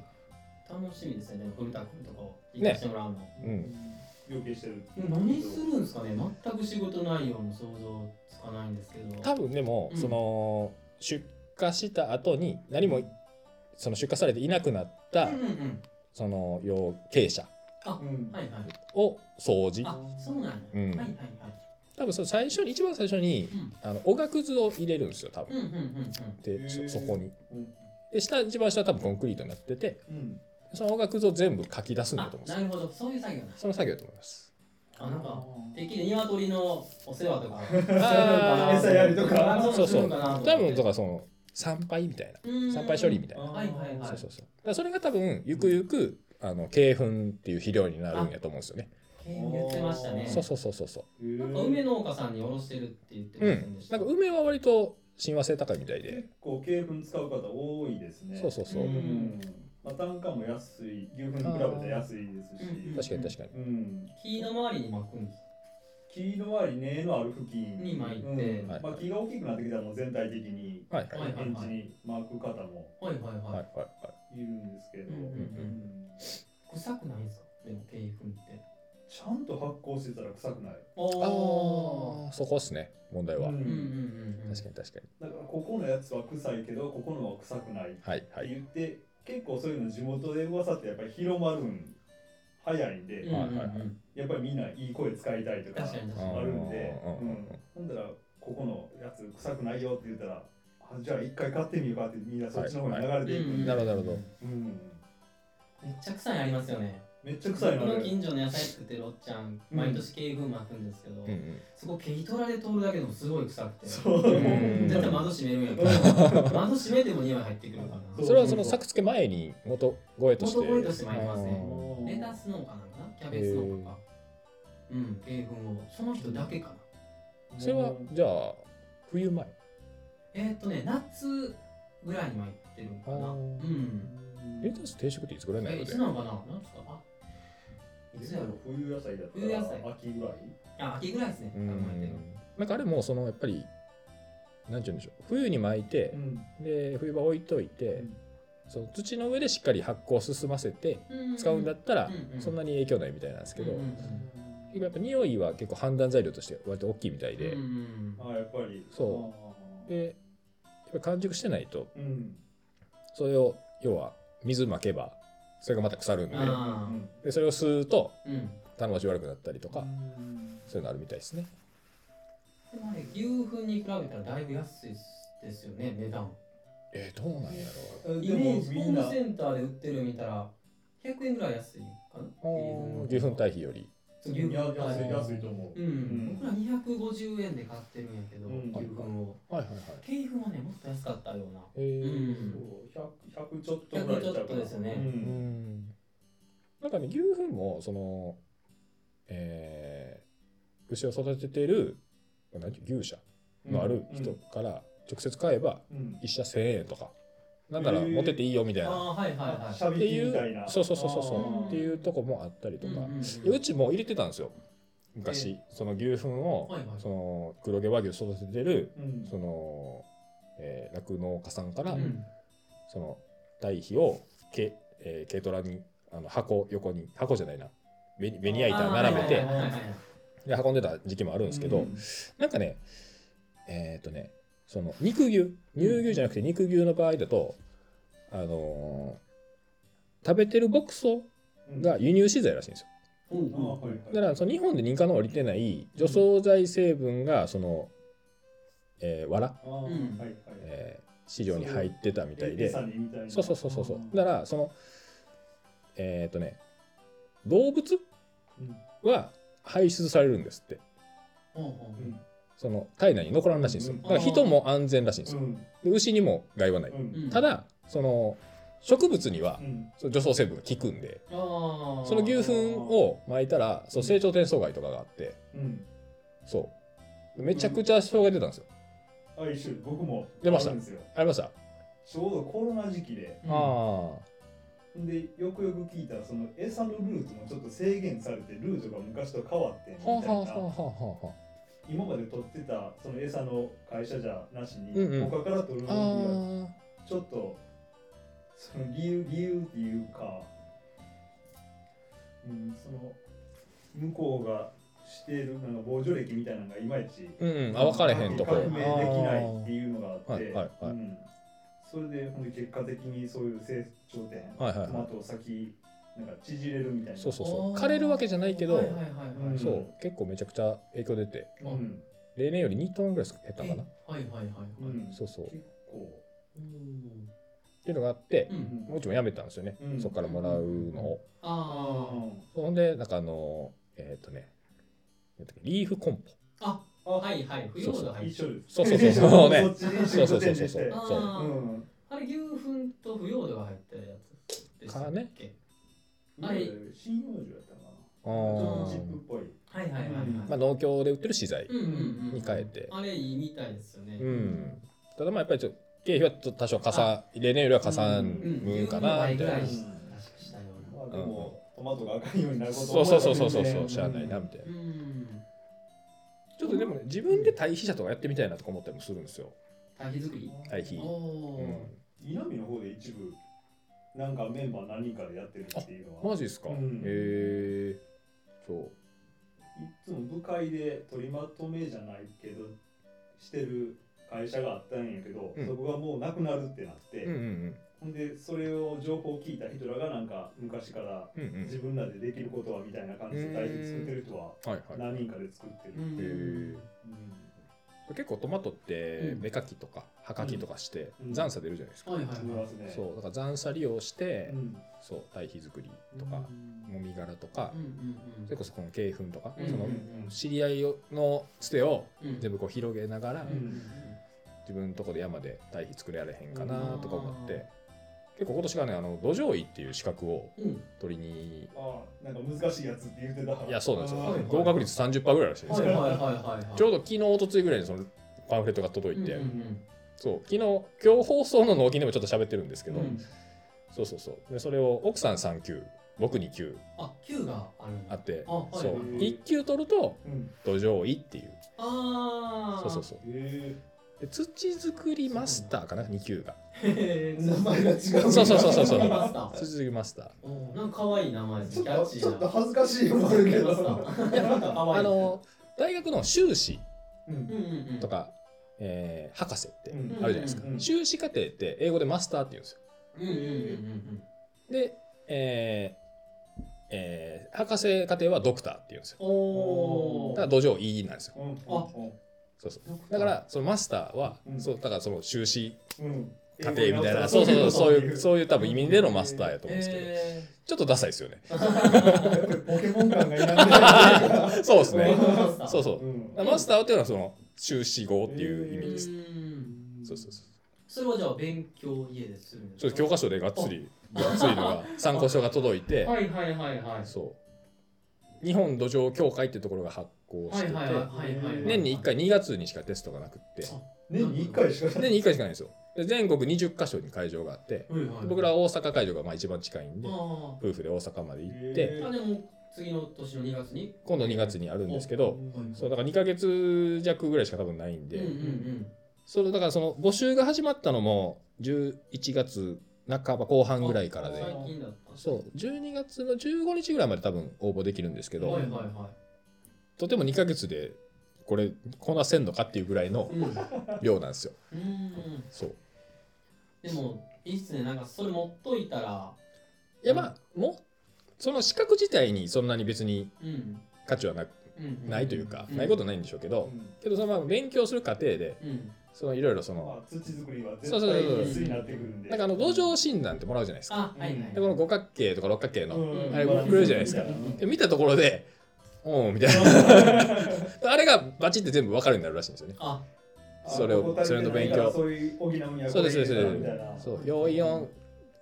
Speaker 3: 楽しみですね、でも古田君とかを行かしてもらうの。
Speaker 2: うん
Speaker 4: 要求してる
Speaker 3: 何するんですかね、全く仕事内容も想像つかないんですけど。
Speaker 2: 多分でも、
Speaker 3: うん
Speaker 2: その出荷した後に何もその出荷されていなくなった、
Speaker 3: うんうんうん。
Speaker 2: その養鶏舎
Speaker 4: うん
Speaker 3: はいはい。
Speaker 2: を掃除
Speaker 3: あ、そうなんや。
Speaker 2: うん
Speaker 3: はいはいはい。
Speaker 2: 多分その最初に一番最初にあのおがくずを入れるんですよ多
Speaker 3: うん
Speaker 2: 分、
Speaker 3: うんうんうんうん。
Speaker 2: で
Speaker 4: へー
Speaker 2: そそこに
Speaker 4: うん
Speaker 2: で下一番下は多分コンクリートになってて
Speaker 4: うん
Speaker 2: そのおがくずを全部かき出すんだ
Speaker 3: あ
Speaker 2: と思うん、です
Speaker 3: な
Speaker 2: よ
Speaker 3: るほど、そういう作業なんです。
Speaker 2: その作業だと思います
Speaker 3: あ、なんか、てっきり鶏のお世話 とか。
Speaker 2: あー
Speaker 4: 餌やりとか
Speaker 2: そうそう
Speaker 3: 多
Speaker 2: 多分だ
Speaker 3: か
Speaker 2: からその参拝みたいな
Speaker 3: なと思って。
Speaker 2: 参拝処理みたいな
Speaker 3: はいはいはい
Speaker 2: そうそうそうだからそれが多分ゆくゆくあの鶏粉っていう肥料になるんやと思うんですよね
Speaker 3: うん言ってましたね。
Speaker 2: そうそうそうそうそう
Speaker 4: うん
Speaker 3: なんか梅農家さんに卸してるって言ってま
Speaker 2: う
Speaker 3: せん
Speaker 2: ん
Speaker 3: でし
Speaker 2: な
Speaker 3: た。
Speaker 2: んか梅は割と親和性高いみたいで
Speaker 4: 結構鶏粉使う方多いですね
Speaker 2: そうそうそううん
Speaker 4: んまあ単価も安い牛粉に比べて安いですし
Speaker 3: うん
Speaker 2: 確かに確かに
Speaker 4: うん
Speaker 3: 木の周りに巻くんです。
Speaker 4: 木の周り根のある付近
Speaker 3: に巻いて
Speaker 4: うん
Speaker 2: はい
Speaker 4: まあ木が大きくなってきたらもう全体的に
Speaker 2: はいはい
Speaker 3: は
Speaker 2: はいい
Speaker 3: はい
Speaker 4: 園地に巻く方も
Speaker 3: はいはいはい。
Speaker 2: はいはい
Speaker 4: いるんですけど
Speaker 3: うんうんうん
Speaker 4: うん
Speaker 3: 臭くないんですかでも鶏粉って。
Speaker 4: ちゃんと発酵してたら臭くない
Speaker 3: お
Speaker 2: あーそこっすね問題は、
Speaker 4: うん
Speaker 3: うんうんうんうん。
Speaker 2: 確かに確かに
Speaker 4: だからここのやつは臭いけどここのは臭くないって
Speaker 2: はいはい
Speaker 4: 言って、結構そういうの地元で噂ってやっぱり広まるん早いんで、
Speaker 3: うんうんうん
Speaker 2: はいはいは
Speaker 4: やっぱりみんないい声使いたいとか
Speaker 3: 確かに確か
Speaker 2: に
Speaker 4: あるんで、
Speaker 2: うんうんうん
Speaker 4: うんほんだらここのやつ臭くないよって言ったらあじゃあ一回買ってみようかってみんなそっちの方に流れていくんで、
Speaker 2: なるほどなるほど
Speaker 4: うん
Speaker 3: めっちゃ臭いのありますよね。
Speaker 4: めっちゃ臭い
Speaker 3: こ
Speaker 4: なあ
Speaker 3: の
Speaker 4: れ
Speaker 3: 近所の野菜作ってるおっちゃん、
Speaker 4: うん
Speaker 3: 毎年鶏粉巻くんですけど、
Speaker 2: うんうん
Speaker 3: そこ毛取られ通るだけでもすごい臭くて。
Speaker 4: そう
Speaker 2: うん
Speaker 3: 絶対窓閉めるんやから。窓閉めても匂い入ってくるから。
Speaker 4: そう
Speaker 2: それはその作付け前に元声として
Speaker 3: 元声として参りますね
Speaker 2: あー
Speaker 3: レタス農家なのかなキャベツ農家か。うん、鶏粉を。その人だけかな。
Speaker 2: それはじゃあ冬前
Speaker 3: えーっとね、夏ぐらいに巻いてるのかな。
Speaker 2: あー
Speaker 3: うん。
Speaker 2: レタス定食っていつぐらいな
Speaker 3: え、
Speaker 2: の
Speaker 3: い
Speaker 2: で
Speaker 3: つなのかななんつうかあ、いつやろう
Speaker 4: 冬野菜だった
Speaker 3: 冬野菜
Speaker 4: ら秋ぐらい
Speaker 3: あ、秋ぐらいですね。
Speaker 2: う
Speaker 3: 考えてるの
Speaker 2: んなんかあれもそのやっぱりなんて言うんでしょう冬に巻いて
Speaker 4: う、ん
Speaker 2: で冬場置いといて、
Speaker 4: うん
Speaker 2: その土の上でしっかり発酵を進ませて使うんだったら、そんな
Speaker 3: に
Speaker 2: に影響ないみたいなんですけど、
Speaker 3: うんうん
Speaker 2: 今やっぱ匂いは結構判断材料として割と大きいみたいで、
Speaker 3: うんうん
Speaker 4: あやっぱり
Speaker 2: そでやっぱ完熟してないと
Speaker 4: ううん
Speaker 2: それを要は水まけばそれがまた腐るんで
Speaker 3: あ
Speaker 2: でそれを吸うと
Speaker 3: ーうん
Speaker 2: 種まち悪くなったりと
Speaker 4: う
Speaker 2: か
Speaker 4: ん
Speaker 2: そういうのあるみたいですね
Speaker 3: でもあれ牛糞に比べたらだいぶ安いですよね値段
Speaker 2: えー、どうなんや
Speaker 3: イ
Speaker 4: で
Speaker 3: メ
Speaker 4: も
Speaker 3: ージ
Speaker 4: み
Speaker 3: ホー
Speaker 4: んな
Speaker 3: ムセンターで売ってるの見たら100円ぐらい安いかな
Speaker 2: ろう牛糞対比より
Speaker 3: そう牛糞
Speaker 4: 安
Speaker 3: はい
Speaker 4: い安いと思う
Speaker 3: うん、
Speaker 4: ん
Speaker 3: 僕ら250円で買ってるんやけど、
Speaker 4: うん
Speaker 3: 牛糞を
Speaker 2: はいはいはい
Speaker 3: 経費はねもっと安かったような
Speaker 2: え
Speaker 3: う
Speaker 2: ー
Speaker 3: ん
Speaker 4: そう 100, 100ちょっとぐら
Speaker 3: 100
Speaker 4: い
Speaker 3: ちょっとですよね、
Speaker 2: う
Speaker 4: ね
Speaker 2: んなんかね牛糞もそのえー、牛を育ててるなんていう牛舎のある人から直接買えば
Speaker 4: うん
Speaker 2: 一社1,000円とかなんなら
Speaker 4: へー
Speaker 2: 持ってっていいよみたい
Speaker 3: あ
Speaker 2: な
Speaker 3: あはいはいはい
Speaker 4: しゃ
Speaker 2: っ
Speaker 4: べ
Speaker 2: てい
Speaker 4: りみたいな
Speaker 2: うそうそうそうそう
Speaker 3: あ
Speaker 2: そ
Speaker 3: ー
Speaker 2: うっていうとこもあったりとか、
Speaker 3: うんうんう
Speaker 2: い
Speaker 3: ん
Speaker 2: やうちも入れてたんですよ昔、その牛糞を、
Speaker 3: はいはい
Speaker 2: その黒毛和牛育ててる
Speaker 4: うん
Speaker 2: そのえー酪農、家さんから、
Speaker 3: うん
Speaker 2: その堆肥をけ、えー軽トラにあの箱横に箱じゃないなベニベニヤ板並べ
Speaker 3: あ
Speaker 2: て
Speaker 3: ーはいはいはいはい
Speaker 2: で運んでた時期もあるんですけど、
Speaker 4: うん
Speaker 2: なんかねえーっ、とねその肉牛乳牛じゃなくて肉牛の場合だとあのー食べてる牧草が輸入資材らしいんですよ
Speaker 3: うん
Speaker 4: あはいはい
Speaker 2: だからその日本で認可の下りてない除草剤成分がその、えー、藁、
Speaker 4: あーはい
Speaker 3: うん
Speaker 4: はい
Speaker 2: えー飼料に入ってたみたいで
Speaker 4: 餌にみたいな
Speaker 2: そうそうそうそうそう
Speaker 4: あー
Speaker 2: だからそのえーっ、とね動物
Speaker 4: うん
Speaker 2: は排出されるんですって
Speaker 3: うん
Speaker 4: うん
Speaker 2: その体内に残らんらしいんですよ
Speaker 4: うん
Speaker 2: だから人も安全らしいんですよ
Speaker 4: うん
Speaker 2: で牛にも害はない
Speaker 4: うん
Speaker 3: うん
Speaker 2: ただその植物には
Speaker 4: うん
Speaker 2: その除草成分が効くんで
Speaker 3: あー
Speaker 2: その牛糞を巻いたらそう成長転送害とかがあって
Speaker 4: うん
Speaker 2: そうめちゃくちゃ障害出たんですよ
Speaker 4: あ一緒です僕も
Speaker 2: 出ました
Speaker 4: あるんですよ
Speaker 2: ありましたあ
Speaker 4: ちょうどコロナ時期で
Speaker 3: うん
Speaker 2: あ
Speaker 4: でよくよく聞いたらその餌のルートもちょっと制限されてルートが昔と変わってみ
Speaker 2: はあはあ
Speaker 4: た
Speaker 2: はあはあ
Speaker 4: いな
Speaker 2: は
Speaker 4: 今まで取ってたその餌の会社じゃなしに、
Speaker 2: うんうん
Speaker 4: 他から取る
Speaker 2: ああ
Speaker 4: のには
Speaker 2: ー
Speaker 4: ちょっとその理由理由っていうか、うん、その向こうがしているなんか防除歴みたいなのがいまいち
Speaker 2: うんうんあ分かれへんとこ
Speaker 4: 確明できないって
Speaker 2: う
Speaker 4: いうのがあって、
Speaker 2: はいはいはい
Speaker 4: うん、それでほんで結果的にそういう成長点、
Speaker 2: はいはいはい
Speaker 4: トマトを先なんか縮れるみたいな
Speaker 2: そうそうそう
Speaker 3: あー
Speaker 2: 枯れるわけじゃないけど
Speaker 3: はいはいはいはい
Speaker 4: うん
Speaker 2: そう結構めちゃくちゃ影響出て
Speaker 4: う、ん
Speaker 2: 例年より2トンぐらい減ったかな
Speaker 3: はいはいはいはい
Speaker 4: うん、
Speaker 2: そうそうっ
Speaker 4: 結構、
Speaker 3: うん
Speaker 2: ていうのがあって
Speaker 3: う
Speaker 4: うん
Speaker 2: うちもやめたんですよね
Speaker 4: うん
Speaker 2: そこからもらうのを
Speaker 3: あー
Speaker 2: ほんでなんかあのえっとねなんだっけリーフコンポ
Speaker 3: あ
Speaker 4: あ
Speaker 3: あはいはい冬
Speaker 2: そう
Speaker 3: の
Speaker 2: そ
Speaker 3: が
Speaker 2: う
Speaker 3: 入って
Speaker 4: 一緒です
Speaker 2: そうそうそうそうね
Speaker 4: そっちに
Speaker 2: そうそうそうそう
Speaker 4: 出店
Speaker 2: そ
Speaker 4: して
Speaker 2: う
Speaker 3: あ
Speaker 2: そう
Speaker 3: ー
Speaker 4: うん
Speaker 3: あれ牛糞と腐葉土が入ってるやつでした
Speaker 2: か
Speaker 3: っ
Speaker 2: ね
Speaker 3: けはい
Speaker 4: 針葉樹やったかな
Speaker 2: あ
Speaker 4: ちょっとチ
Speaker 2: ー
Speaker 4: ップっぽい
Speaker 3: はいはいはいはい、
Speaker 2: まあ農協で売ってる資材
Speaker 3: うんうんうん
Speaker 2: に変えて
Speaker 3: あれいいみたいですよね
Speaker 2: うんただまあやっぱりちょっと経費はちょっと多少かさ例年よりはかさむかなみたいな
Speaker 3: うん
Speaker 4: う
Speaker 3: 確か
Speaker 4: ん
Speaker 3: したような
Speaker 4: まあでも、トマトが赤いようになること
Speaker 2: そうそうそうそうそう
Speaker 4: 思え
Speaker 2: そ
Speaker 4: ば全
Speaker 2: う
Speaker 4: 然
Speaker 2: しゃあないなみたいな
Speaker 3: うん
Speaker 2: ちょっとでもね自分で対比者とかやってみたいなとか思ったりもするんですよ
Speaker 3: 堆肥作り
Speaker 2: 対比
Speaker 3: お
Speaker 2: う
Speaker 3: おー、
Speaker 2: ん
Speaker 4: 南の方で一部なんかメンバー何人かでやってるっていうのは
Speaker 2: マ
Speaker 4: い
Speaker 2: ジですか、
Speaker 4: うん
Speaker 2: へえそう
Speaker 4: つも部会で取りまとめじゃないけどしてる会社があったんやけど、
Speaker 2: うん
Speaker 4: そこがもうなくなるってなって、
Speaker 2: うんうん
Speaker 4: ほんでそれを情報を聞いた人らがなんか昔から
Speaker 2: うんうんうん
Speaker 4: 自分らでできることはみたいな感じで大事作ってる人は
Speaker 2: はいはいへ
Speaker 4: 何人かで作ってる、
Speaker 3: うん
Speaker 2: え結構トマトって
Speaker 3: うん
Speaker 2: 芽かきとか葉かきとかして
Speaker 4: うん
Speaker 2: 残差出るじゃないですか、
Speaker 3: はいはい
Speaker 4: 作り
Speaker 3: は
Speaker 4: ま
Speaker 3: い
Speaker 4: すね
Speaker 2: そうだから残差利用して、
Speaker 4: うん
Speaker 2: そう堆肥作りとか、もみ殻とか、
Speaker 3: うんうん
Speaker 2: それこそこの鶏粉とか、
Speaker 3: うん
Speaker 2: その
Speaker 3: うん
Speaker 2: 知り合いのつてを
Speaker 3: うん
Speaker 2: 全部こう広げながら、
Speaker 3: うん
Speaker 2: 自分のとこで山で堆肥作れられへんかなとか思って、結構今年がねあの土壌医っていう資格を
Speaker 3: うんうん
Speaker 2: 取りに
Speaker 4: ああなんか難しいやつって言ってた
Speaker 2: いやそうなんです
Speaker 4: ああ
Speaker 3: はい
Speaker 2: よ合格率30%ぐらいらしいんです
Speaker 3: はい
Speaker 2: よ、
Speaker 3: はいはいはいはい
Speaker 2: ちょうど昨日一昨日ぐらいにそのパンフレットが届いて、
Speaker 3: うんうん
Speaker 2: そう昨日今日放送の納金でもちょっと喋ってるんですけ
Speaker 3: う
Speaker 2: ど、
Speaker 3: んうん
Speaker 2: そうそうそうでそれを奥さん3級僕2級
Speaker 3: あ球があるんだ
Speaker 2: あって
Speaker 3: あはい
Speaker 2: そう
Speaker 4: はい
Speaker 2: 1級取ると
Speaker 4: うん
Speaker 2: 土壌医っていう
Speaker 3: ああ
Speaker 2: そうそうそう
Speaker 4: へ
Speaker 2: で土作りマスターかな2級が
Speaker 3: へー 名前が違う
Speaker 2: そうそうそうそうそう
Speaker 3: マスター
Speaker 2: 土作りマスター
Speaker 3: おーなんか可愛い名前で
Speaker 4: え
Speaker 3: すキャッチーな
Speaker 4: 恥ずかしいよ
Speaker 3: マスターなんか可愛い
Speaker 2: あの大学の修士
Speaker 4: うん
Speaker 3: うんうんうん
Speaker 2: とか、えー博士って
Speaker 4: うん
Speaker 2: あるじゃないですか、
Speaker 4: うん
Speaker 2: 修士課程って英語でマスターって言うんですよ
Speaker 3: うんうんうん
Speaker 2: で、えーえー博士課程はドクターって言うんですよ
Speaker 3: うん。おお。
Speaker 2: だから土壌 E なんですよ
Speaker 4: うんうん
Speaker 3: あ
Speaker 2: そうそうだか、らそのマスターは、
Speaker 4: うん
Speaker 2: そうだからその修士
Speaker 4: うん、
Speaker 2: 課程みたいな、
Speaker 3: うん
Speaker 2: そうそうそうそういう
Speaker 4: う
Speaker 2: そういう多分意味でのマスターやと思うんですけど、
Speaker 3: え
Speaker 2: ちょっとダサいですよね
Speaker 4: ポケモン感がいらんね
Speaker 2: そうですね
Speaker 3: ー。
Speaker 2: そう
Speaker 3: う。
Speaker 2: そう
Speaker 4: う、ん
Speaker 2: マスターっていうのはその修士号っていう意味です、
Speaker 3: ん。
Speaker 2: そうそうそう
Speaker 3: それはじゃあ勉強家でするんです
Speaker 2: ちょっと教科書でがっつりがっつりのが参考書が届いて
Speaker 3: はいはいはいはい。
Speaker 2: そう日本土壌協会っていうところが発行
Speaker 3: は
Speaker 2: して
Speaker 3: い
Speaker 2: て、
Speaker 3: はいはいはいはい。
Speaker 2: 年に1回2月にしかテストがなくって
Speaker 3: あ
Speaker 4: 年に一回しか
Speaker 2: 年に1回しかないんですよで全国20カ所に会場があって
Speaker 3: はいはい。
Speaker 2: 僕らは大阪会場がまあ一番近いんで
Speaker 3: あ
Speaker 2: 夫婦で大阪まで行っ
Speaker 4: へ
Speaker 2: て
Speaker 4: え
Speaker 3: あ。あでも次の年の2月に。
Speaker 2: 今度2月にあるんですけど
Speaker 4: うん
Speaker 2: そうだから2ヶ月弱ぐらいしか多分ないん
Speaker 3: うん
Speaker 2: で、
Speaker 3: うんうん。
Speaker 2: そのだからその募集が始まったのも11月半ば後半ぐらいからで
Speaker 3: あ最近だった。
Speaker 2: そう12月の15日ぐらいまで多分応募できるんですけど、
Speaker 3: はいはいは
Speaker 2: とても2ヶ月でこれこなせんのかっていうぐらいの
Speaker 3: い。うん。う
Speaker 2: 量なんですよ。
Speaker 3: ーん。
Speaker 2: そう
Speaker 3: でもいいっすね。なんかそれ持っといたら。
Speaker 2: いやまあもうその資格自体にそんなに別に
Speaker 3: うん。
Speaker 2: 価値はな
Speaker 3: うん。
Speaker 2: ないというか、
Speaker 3: うん
Speaker 2: ないことはないんでしょうけど、けどそのまあ勉強する過程で
Speaker 3: うん。
Speaker 2: そのいろいろその
Speaker 4: まあ、土作りは
Speaker 2: そう
Speaker 4: 絶
Speaker 2: そう
Speaker 4: 対
Speaker 2: そう
Speaker 4: 必須になってくるんで。
Speaker 2: なんかあの土壌診断ってもらうじゃないですか。
Speaker 3: あはいはい。
Speaker 2: でこの五角形とか六角形の、
Speaker 4: うん
Speaker 3: あれ
Speaker 4: バランス
Speaker 3: くれる
Speaker 2: じゃないですか
Speaker 4: みた
Speaker 2: で見たところで「おーみたいな あれがバチって全部分かるようになるらしいんですよね。
Speaker 3: あ
Speaker 4: あ
Speaker 2: それを
Speaker 4: ここ足りてないからそういう補うにはこれ入れたらみたいな
Speaker 2: そう44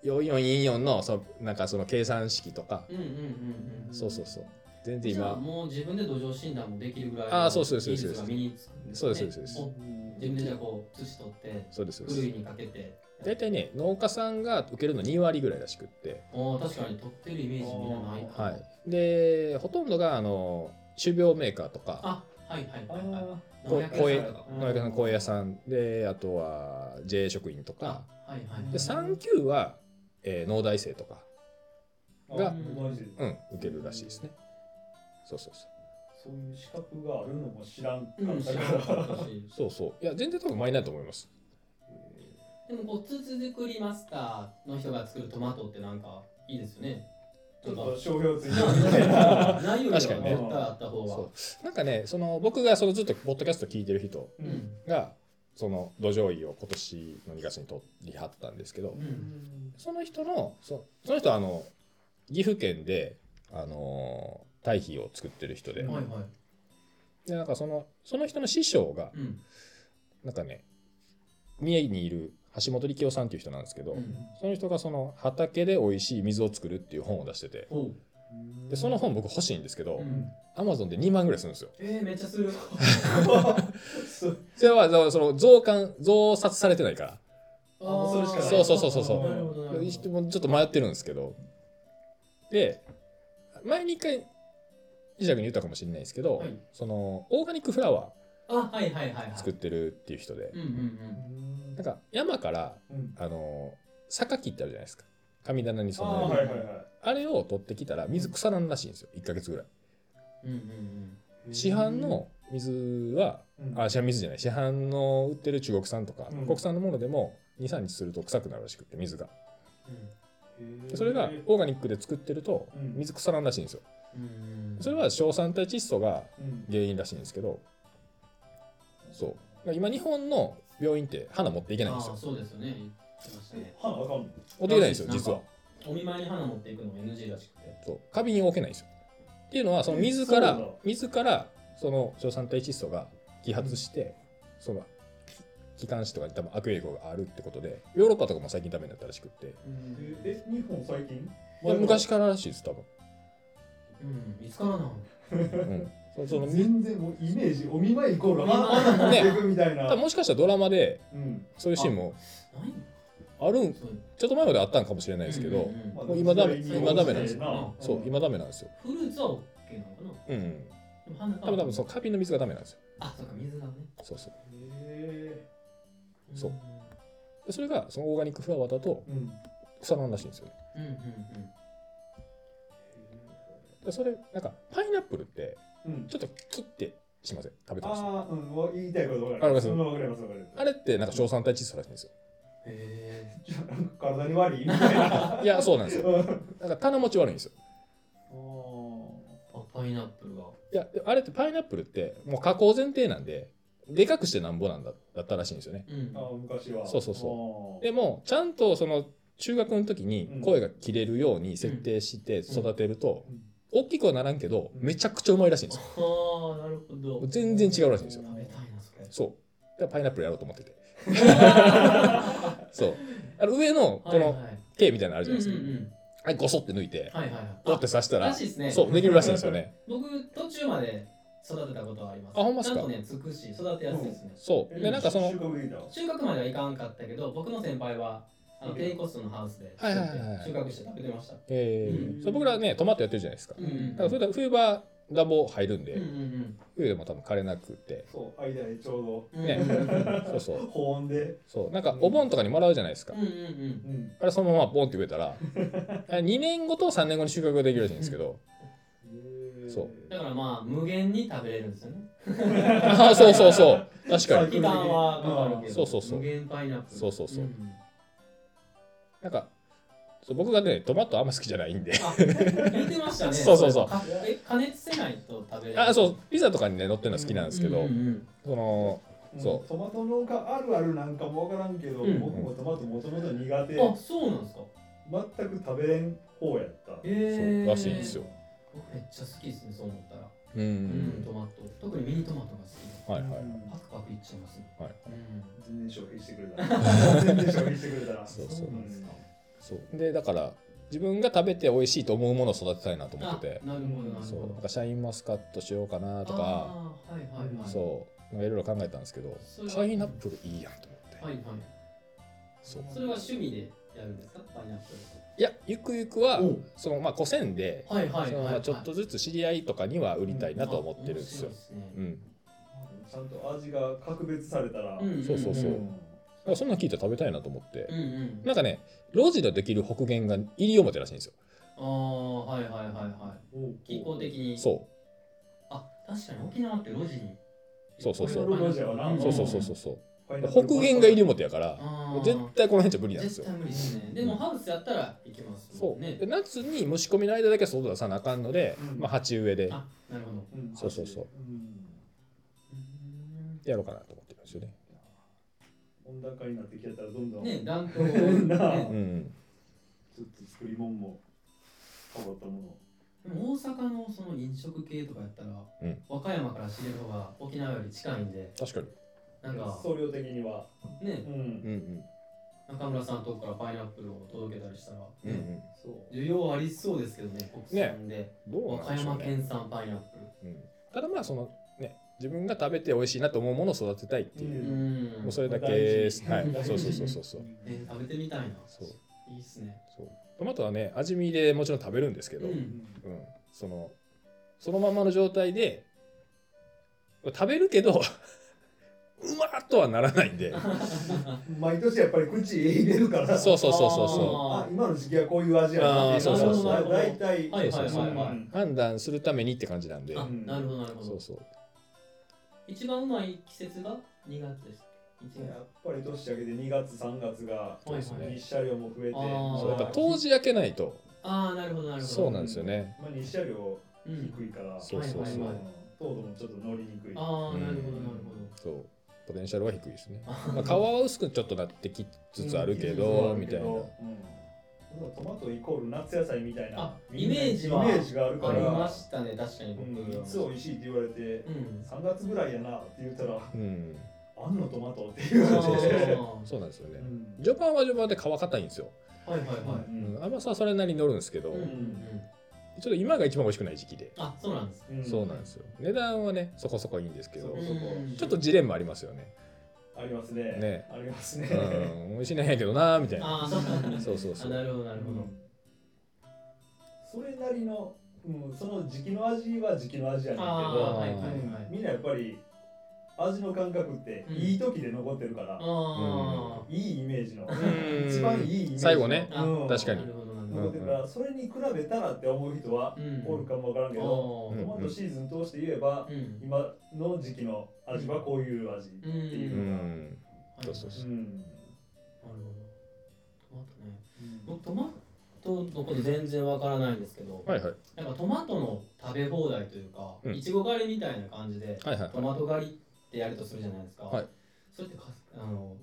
Speaker 2: 44陰4のそのなんかその計算式とか、
Speaker 3: うんうんうんうん。
Speaker 2: そうそうそう全然
Speaker 3: じゃあ
Speaker 2: 今
Speaker 3: もう自分で土壌診断もできるぐらい
Speaker 2: あーそうそうそうそう
Speaker 3: 技術が身につくんね
Speaker 2: そうですそうですそうです
Speaker 3: お自分でじゃあこう土取って
Speaker 2: そうですそう
Speaker 3: ふる
Speaker 2: で
Speaker 3: い
Speaker 2: す
Speaker 3: にかけて
Speaker 2: 大体ね農家さんが受けるの2割ぐらいらしくって、
Speaker 3: おー確かに取ってるイメージみんなない
Speaker 2: はい、でほとんどがあの種苗メーカーとか
Speaker 3: あはいはい
Speaker 4: あ
Speaker 3: はいはい
Speaker 4: ー
Speaker 2: こ
Speaker 3: 農薬
Speaker 2: こうい
Speaker 3: 屋さんとか
Speaker 2: 農家さん高野さ
Speaker 4: うん
Speaker 2: んであとは JA 職員とか
Speaker 3: あはいはい
Speaker 2: で3級は、えー農大生とか、が
Speaker 4: あマジで
Speaker 2: うん、受けるらしいですねそうそうそう
Speaker 4: そういう資格があるのも知らんか
Speaker 3: うん
Speaker 4: っ
Speaker 3: 知
Speaker 4: た
Speaker 3: ら
Speaker 4: か
Speaker 3: な
Speaker 4: ら。
Speaker 3: かったし
Speaker 2: そうそういや全然多分マイナーだと思います
Speaker 3: でもこう土作りマスターの人が作るトマトってなんかいいですよね
Speaker 4: ちょっ
Speaker 3: な
Speaker 4: と
Speaker 3: ん
Speaker 4: 商標ついてるみたいな。
Speaker 3: 内容が
Speaker 2: 確かにね
Speaker 3: 絶対あった方が
Speaker 2: そうなんかねその僕がそのずっとポッドキャスト聞いてる人
Speaker 3: うん
Speaker 2: がその土壌医を今年の2月に取りはったんですけど、
Speaker 3: うん
Speaker 2: その人のそその人はあの岐阜県で、あのー堆肥を作ってる人で,、
Speaker 3: はいはい
Speaker 2: でなんかそのその人の師匠が
Speaker 3: うん
Speaker 2: なんかね三重にいる橋本力夫さんっていう人なんですけど、
Speaker 3: うん
Speaker 2: その人がその畑で美味しい水を作るっていう本を出してて
Speaker 3: おう
Speaker 2: でその本僕欲しいんですけど、
Speaker 3: うん
Speaker 2: アマゾンで2万ぐらいするんですよ。
Speaker 3: えーめっちゃ する
Speaker 4: そう
Speaker 2: それはだからその増刊増刷されてないから
Speaker 4: あもうそれしかない
Speaker 2: そうそうそうそうそう
Speaker 3: なるほどなるほど
Speaker 2: ちょっと迷ってるんですけどで前に一回石田君に言ったかもしれないですけど、
Speaker 3: はい
Speaker 2: そのオーガニックフラワ
Speaker 3: あはいはいはいはい
Speaker 2: ー作ってるっていう人で、
Speaker 3: うんうん
Speaker 2: なんか山から
Speaker 4: うん
Speaker 2: あの坂切ってあるじゃないですか神棚に
Speaker 4: あー
Speaker 2: 備える
Speaker 4: はい
Speaker 2: あ,、
Speaker 4: はいは
Speaker 2: れを取ってきたら水腐らんらしいんですよ1ヶ月ぐらい
Speaker 3: うんうんうん
Speaker 4: い。
Speaker 2: 市販の水は
Speaker 4: うん
Speaker 2: あ市販水じゃない市販の売ってる中国産とか、
Speaker 4: うん
Speaker 2: 国産のものでも23日すると臭くなるらしくて水が
Speaker 4: へー
Speaker 2: それがオーガニックで作ってると
Speaker 4: うん
Speaker 2: 水腐らんらしいんですよ
Speaker 3: うんうん
Speaker 2: それは硝酸体窒素が
Speaker 4: うん
Speaker 2: 原因らしいんですけどそうだから今日本の病院って花持っていけないんです
Speaker 3: あ
Speaker 2: よ
Speaker 3: ーそうですよね言ってましたね
Speaker 4: 花あかんの
Speaker 2: 持っていけないんですよ
Speaker 3: なんか
Speaker 2: 実は
Speaker 3: お見舞いに花持っていくのも NG らしくて
Speaker 2: そう花瓶に置けないんですよっていうのはその水か
Speaker 4: えそう
Speaker 2: ら
Speaker 4: なんだ
Speaker 2: 水からその硝酸体窒素が揮発してその気管支とかに多分悪影響があるってことでヨーロッパとかも最近ダメになったらしくって
Speaker 4: ええ日本最近
Speaker 2: いや昔かららしいです多分、
Speaker 3: うんいつからなの
Speaker 2: うん、そそのみ
Speaker 4: 全然もうイメージお見舞いイコール
Speaker 3: お見
Speaker 4: 花
Speaker 3: 舞い
Speaker 4: 花持っていくみたい
Speaker 2: 多
Speaker 4: な、
Speaker 2: 分もしかしたらドラマで
Speaker 4: うん
Speaker 2: そういうシーンも
Speaker 3: ないの
Speaker 2: あるん
Speaker 3: そう
Speaker 2: ちょっと前まであったんかもしれないですけど、
Speaker 3: うんうんうん
Speaker 4: まあ
Speaker 2: もう今ダメ
Speaker 4: 時代に
Speaker 2: 今ダメなんです
Speaker 3: よ
Speaker 4: な
Speaker 2: そう今ダメなんですよ、
Speaker 3: フルーツは OK なのかな
Speaker 2: うんうん、
Speaker 3: でも花か
Speaker 2: 多分多分その花瓶の水がダメなんですよ
Speaker 3: あそうか水がね
Speaker 2: そうそう
Speaker 4: へ
Speaker 3: ん
Speaker 2: そうでそれがそのオーガニックフラワーだと
Speaker 4: ーうん
Speaker 2: 草なんらしいんですよね
Speaker 3: うんうん
Speaker 2: でそれなんかパイナップルって
Speaker 4: うん
Speaker 2: ちょっと切ってしません食べてますあ
Speaker 4: ああうんわ言いたいことわ
Speaker 2: わ
Speaker 4: か
Speaker 2: かり
Speaker 4: る
Speaker 2: ます
Speaker 4: そんなわかりますわかります
Speaker 2: れってなんか硝酸体窒素らしいんですよ
Speaker 3: へえ
Speaker 4: ちょなんか体に悪いみたいな。
Speaker 2: いや、そうなんですよ。
Speaker 4: うんあ
Speaker 2: なんか棚持ち悪いんですよ。
Speaker 4: ー
Speaker 3: あパイナップルが
Speaker 2: いや、あれってパイナップルって、もう加工前提なんで、でかくしてなんぼなんだだったらしいんですよね。
Speaker 3: うん
Speaker 4: あー昔は。
Speaker 2: そうそう
Speaker 4: そ
Speaker 2: でも、ちゃんとその、中学の時に声が切れるように設定して育てると、大きくはならんけど、めちゃくちゃうまいらしいんですよ。
Speaker 3: ああなるほど
Speaker 2: 全然違うらしいんですよ
Speaker 3: 食べたいなそれ
Speaker 2: そう。だからパイナップルやろうと思って て。そう。あの上のこ
Speaker 3: はい
Speaker 2: の
Speaker 3: はい
Speaker 2: 毛みたいなのあるじゃ
Speaker 3: うん
Speaker 2: ないです
Speaker 3: う
Speaker 2: か。
Speaker 3: んうん
Speaker 2: あれゴソって抜いて、
Speaker 3: はいはいはい
Speaker 2: ゴって刺した
Speaker 3: あら
Speaker 2: ら
Speaker 3: し、いですね
Speaker 2: そう、できるらしいんですよね。
Speaker 3: 僕途中まで育てたことはあります
Speaker 2: あほんまっすか
Speaker 3: ちゃんとねつくし育てやすいですね、
Speaker 2: そう。で、なんかその
Speaker 4: 収、穫できたわ
Speaker 3: 収穫まではいかんかったけど僕の先輩はあの低コストのハウスで作
Speaker 2: はい
Speaker 3: っ
Speaker 2: は
Speaker 3: て
Speaker 2: いはいはい
Speaker 3: 収穫して食べてました
Speaker 2: え
Speaker 4: う
Speaker 2: ー、
Speaker 4: ん
Speaker 2: そう僕らね、トマトやってるじゃないですか。
Speaker 3: うんうんうん
Speaker 2: だからそれで冬場、暖房入るん
Speaker 3: うん
Speaker 2: で
Speaker 3: う、ん
Speaker 2: 冬でも多分枯れなくて。
Speaker 4: そう、間でちょ
Speaker 3: うん
Speaker 2: ね
Speaker 3: うんうんうん
Speaker 2: そうそう
Speaker 4: ど
Speaker 2: う。
Speaker 4: 保温で。
Speaker 2: そう。なんかお盆とかにもらうじゃないですか
Speaker 3: うん。うん
Speaker 4: うん。
Speaker 2: あれそのままボンって植えた ら、2年後と3年後に収穫ができるらしいんですけど、そう
Speaker 3: うんだからまあ無限に食べれるんですよね
Speaker 2: ああ、そうそうそう。確かに。
Speaker 3: 期間はかかるけど
Speaker 2: そうそうそう
Speaker 3: 無限パイナップル
Speaker 2: そうそうそうん
Speaker 3: ん
Speaker 2: なんか、そう僕がね、トマトあんま好きじゃないんで。
Speaker 3: あ言ってましたね
Speaker 2: そうそうそう
Speaker 3: かえ加熱せないと食べれない
Speaker 2: あ、そう、ピザとかにね、乗ってるのは好きなんですけど、
Speaker 3: うんうんうん
Speaker 2: その、
Speaker 4: うん
Speaker 2: そう
Speaker 4: トマト農家あるあるなんかもわからんけど、
Speaker 3: うん
Speaker 4: 僕もトマトもともと苦手、
Speaker 3: あそうなんですか
Speaker 4: 全く食べれん方やった
Speaker 3: え
Speaker 2: そう
Speaker 3: ー、
Speaker 2: らしいんですよ。
Speaker 3: 僕めっちゃ好きですねそう思ったら
Speaker 2: う
Speaker 3: うん、
Speaker 2: ん。
Speaker 3: トマト。特にミニトマトが好
Speaker 2: はいはいは
Speaker 4: う
Speaker 2: い。
Speaker 4: ん
Speaker 3: き。パクパクいっちゃいますね。
Speaker 2: はい
Speaker 3: うん。
Speaker 4: 全然消費してく れたな全然消費してくれたな
Speaker 2: そうそう
Speaker 3: なんですか。
Speaker 2: そう。で、だから、自分が食べて美味しいと思うものを育てたいなと思
Speaker 3: あ
Speaker 2: ってて、
Speaker 3: なるほど、なるほど。
Speaker 2: そう、なんかシャインマスカットしようかなとか、
Speaker 3: あーはいはいはい。
Speaker 2: そう、なんかいろいろ考えたんですけど
Speaker 3: それ、は
Speaker 2: パイナップルいいやんと思って。
Speaker 3: はいはい。
Speaker 2: そう。
Speaker 3: それは趣味でやるんですかパイナップ
Speaker 2: いや、ゆくゆくは
Speaker 3: お、
Speaker 2: その、まあ、古銭で、
Speaker 3: ル。はいは
Speaker 2: そ
Speaker 3: い
Speaker 2: の
Speaker 3: はい
Speaker 2: ま
Speaker 3: は
Speaker 2: あ
Speaker 3: い。
Speaker 2: ちょっとずつ知り合いとかには売りたいなとは思ってるんで
Speaker 3: あ
Speaker 2: すよ
Speaker 3: 面。白い
Speaker 2: う
Speaker 3: ね
Speaker 2: ん。
Speaker 4: ちゃんと味が格別されたら、
Speaker 3: うんん
Speaker 2: そうそうそうんだからそんなん聞いたら食べたいなと思って、
Speaker 3: うんうん。
Speaker 2: なんかね路地でできる北限が西表らしいんですよ
Speaker 3: ああはいはいはいはい。気候的に。う。
Speaker 2: そ
Speaker 3: あ確かに沖縄って路地に。
Speaker 2: そうそうそう
Speaker 3: いっぱいありますよ
Speaker 4: う
Speaker 2: うんそうそうそうそうそう
Speaker 4: 北
Speaker 2: 北限が西表やから
Speaker 3: あー
Speaker 2: 絶対この辺じゃ無理なんです
Speaker 3: 絶
Speaker 2: よ
Speaker 3: 対無理ですね。でもハウスやったら行きます
Speaker 2: そ
Speaker 3: も
Speaker 2: うん
Speaker 3: ね。
Speaker 2: で夏に蒸し込みの間だけは外出さなあかんので、
Speaker 4: うん
Speaker 2: まあ、鉢植えで
Speaker 3: あなるほど。
Speaker 2: そうそうそう、
Speaker 4: ん
Speaker 3: うん
Speaker 2: やろうかなと思ってるんですよね
Speaker 4: 温暖化になってきたらどんどん、
Speaker 3: ねランプ を、
Speaker 4: なあ
Speaker 3: ね
Speaker 2: う、ん
Speaker 4: ちょっと作り物も変わったもの
Speaker 3: でも大阪のその飲食系とかやったら、
Speaker 2: うん
Speaker 3: 和歌山から知れる方が沖縄より近いんで
Speaker 2: 確かに
Speaker 3: なんか
Speaker 4: 総量的には、
Speaker 3: ね
Speaker 4: うん
Speaker 2: うんうん
Speaker 3: 中村さんのとこからパイナップルを届けたりしたら、
Speaker 2: うんうん
Speaker 4: そう
Speaker 3: 需要ありそうですけどね国産で、
Speaker 2: どう
Speaker 3: 和
Speaker 2: なん
Speaker 3: 歌
Speaker 2: でしょう
Speaker 3: 山
Speaker 2: ね、
Speaker 3: 県産パイナップ
Speaker 2: うん、ただまあそのね自分が食べて美味しいなと思うものを育てたいっていう
Speaker 3: ル
Speaker 2: う、
Speaker 3: うん
Speaker 2: もうそれだけ
Speaker 4: 大事
Speaker 2: ですはい
Speaker 3: 大事
Speaker 2: そうそうそうそうそう
Speaker 3: ね食べてみたいな
Speaker 2: そう
Speaker 3: いいっすね
Speaker 2: そうトマトはね味見でもちろん食べるんですけど、
Speaker 3: う
Speaker 4: うんん
Speaker 2: うん、そのそのままの状態で食べるけど うまっとはならないん で
Speaker 4: 毎年やっぱり口入れるから
Speaker 2: そうそうそうそうそ
Speaker 4: あ
Speaker 3: あ
Speaker 4: 今の時期はこういう味やなってい
Speaker 2: あーそうそうそう
Speaker 4: のが大体
Speaker 3: はいはいはいはい
Speaker 4: うん
Speaker 2: う判断するためにって感じなんで
Speaker 3: ーあ
Speaker 4: うん
Speaker 3: なるほどなるほ
Speaker 2: そ
Speaker 3: ど
Speaker 2: うそう
Speaker 3: 一番うまい季節が2月です一月
Speaker 4: やっぱり年明けで2月3月が
Speaker 2: そうです
Speaker 3: はいは
Speaker 2: ね
Speaker 3: い
Speaker 4: 日射量も増えて
Speaker 3: あー
Speaker 2: そうやっぱ
Speaker 4: まあ
Speaker 2: 当時焼けないと
Speaker 3: ああなるほどなるほど
Speaker 2: そうなんですよね
Speaker 4: まあ、日射量
Speaker 3: うん
Speaker 4: 低いから、
Speaker 2: そうそうそう
Speaker 3: はい
Speaker 4: ん
Speaker 3: はいはい
Speaker 4: 糖度もちょっと乗りにくい
Speaker 3: ああなるほどなるほど
Speaker 2: そうポテンシャルは低いですね、まあ、皮は薄くちょっとなってきつつあるけど、
Speaker 4: うん
Speaker 2: みたいな、
Speaker 4: うんだからトマトイコール夏野菜みたいな
Speaker 3: あイメージは
Speaker 4: イメージがあるか
Speaker 3: あ
Speaker 4: ら
Speaker 3: りましたね、確かに
Speaker 4: う
Speaker 3: 僕
Speaker 4: ん、いつ美味しいって言われて
Speaker 3: うん。
Speaker 4: 3月ぐらいやなって言ったら
Speaker 2: うん
Speaker 4: あんのトマトっていう
Speaker 2: そう
Speaker 4: 感
Speaker 2: そ
Speaker 4: じ
Speaker 2: う
Speaker 4: で
Speaker 2: そうなんですよね
Speaker 4: うん
Speaker 2: 序盤は序盤で皮硬いんですよ、
Speaker 3: あーはいはいは
Speaker 2: う
Speaker 4: うん
Speaker 2: ん、甘さはそれなりに乗るんですけど、
Speaker 3: い。うんうんう
Speaker 2: ち
Speaker 3: ん。
Speaker 2: ょっと今が一番美味しくない時期で
Speaker 3: あ、そうなんです。
Speaker 4: うん
Speaker 2: そうなんですよ。値段はね、そこそこいいんですけ
Speaker 4: そ
Speaker 2: ど
Speaker 4: う、そこ
Speaker 3: うん
Speaker 2: ちょっとジレンマありますよね。
Speaker 4: ありますね
Speaker 2: ね
Speaker 4: ありますね、
Speaker 2: うん、美味しいなんやけどなーみたいな。
Speaker 3: ああ、そうなんです。
Speaker 2: そうそう
Speaker 3: あ、
Speaker 2: そ
Speaker 3: な
Speaker 2: う。
Speaker 3: るほどなるほど。
Speaker 4: それなりの、うん、その時期の味は時期の味やねんけ
Speaker 3: ああ、
Speaker 4: ど、
Speaker 3: はいはいはい
Speaker 4: うん。
Speaker 3: はい。
Speaker 4: みんなやっぱり味の感覚って
Speaker 3: うん
Speaker 4: いい時で残ってるから、
Speaker 3: あ
Speaker 4: いいイメージの、
Speaker 2: ん
Speaker 4: 一番いいイメージの
Speaker 2: 最後ね
Speaker 3: あ。
Speaker 4: うん
Speaker 2: 確かに
Speaker 3: なるほどなるほ
Speaker 4: 残ってるから、それに比べたらって思う人は
Speaker 3: ど。うん。
Speaker 4: おるかもわからんけど、
Speaker 2: うん。
Speaker 4: トマトシーズン通して言えば
Speaker 3: あ、ーうん。
Speaker 4: 今の時期の味はこういう味、
Speaker 3: うん。
Speaker 4: ていううん
Speaker 2: そうそう
Speaker 3: は
Speaker 2: そう
Speaker 4: うん
Speaker 3: いはいなるほど。もうトマトのこと全然わからないんですけど、
Speaker 2: はいはい。
Speaker 3: なんかトマトの食べ放題というか、
Speaker 2: うん
Speaker 3: いちご狩りみたいな感じで、
Speaker 2: はいはい。
Speaker 3: トマト狩りってやるとするじゃないですか。
Speaker 2: はい
Speaker 3: それってかあの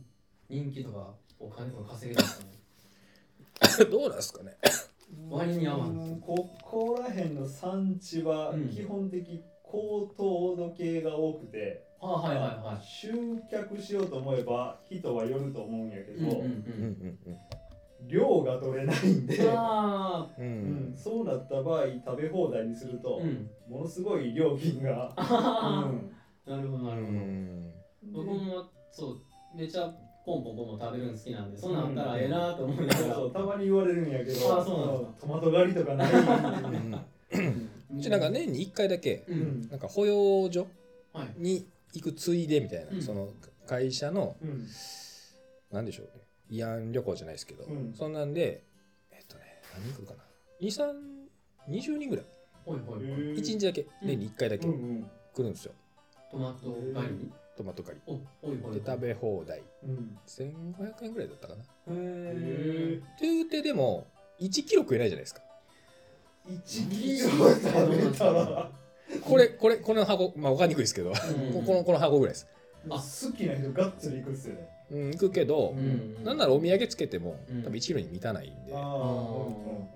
Speaker 3: 人気とかお金とか稼げるんですかね。
Speaker 2: どうなんですかね。
Speaker 3: 割に合わん
Speaker 4: うんここら辺の産地は
Speaker 3: うん
Speaker 4: 基本的高糖度系が多くて、
Speaker 3: ああはいはいは
Speaker 4: 集客しようと思えば人は寄ると思うんやけ
Speaker 3: い。うん
Speaker 4: ど、
Speaker 2: うん
Speaker 3: うん
Speaker 4: 量が取れないんで、
Speaker 3: うん。あ
Speaker 2: うんう
Speaker 4: うんん。そうなった場合食べ放題にする
Speaker 3: あ。
Speaker 4: と
Speaker 3: う、ん。
Speaker 4: ものすごい料金が、
Speaker 3: あ
Speaker 4: うん
Speaker 3: あ。 なるほどな
Speaker 2: う
Speaker 3: るほど。
Speaker 2: ん。
Speaker 3: 僕もそうめちゃポンポンポンポン食べるの好きなんで、そうなった
Speaker 4: う
Speaker 3: ら
Speaker 4: ん
Speaker 3: ええなと思いな
Speaker 4: そう
Speaker 3: がら。
Speaker 4: そうたまに言われるんやけど
Speaker 3: あそうなんですか
Speaker 4: トマト狩りとかない
Speaker 3: う
Speaker 2: うちなんか。年に1回だけ
Speaker 3: う。
Speaker 4: うんん
Speaker 2: なんか保養所
Speaker 3: はい。
Speaker 2: に行くついでみたいな、
Speaker 3: うん
Speaker 2: その会社の
Speaker 4: うん
Speaker 2: なんでしょうね慰安旅行じゃないですけど、
Speaker 4: うん
Speaker 2: そんなんでえっとね何人来るかな2320人ぐらい
Speaker 3: ほいほいほい。
Speaker 4: 1
Speaker 2: 1日だけ
Speaker 3: うん
Speaker 2: 年に1回だけ
Speaker 4: うんう
Speaker 2: 来
Speaker 4: ん
Speaker 2: るんですよ、
Speaker 3: トマト狩り。
Speaker 2: トマト狩
Speaker 3: お、ほいほいほい。
Speaker 2: りで食べ放題
Speaker 4: うん
Speaker 2: 1500円ぐらいだったかな
Speaker 3: へ
Speaker 2: というてでも1キロ食えないじゃないですか
Speaker 4: 1キロ食べたら
Speaker 2: これこれこの箱まあ分かりにくいですけど、
Speaker 3: え。うん
Speaker 2: ここのこの箱ぐらいです、
Speaker 4: あ好きな人がっつり行くっすよね
Speaker 2: うん、行くけど、
Speaker 3: うん。
Speaker 2: なんならお土産つけても、
Speaker 3: うん
Speaker 2: 多分1キロに満たないんで、
Speaker 4: あーうんうん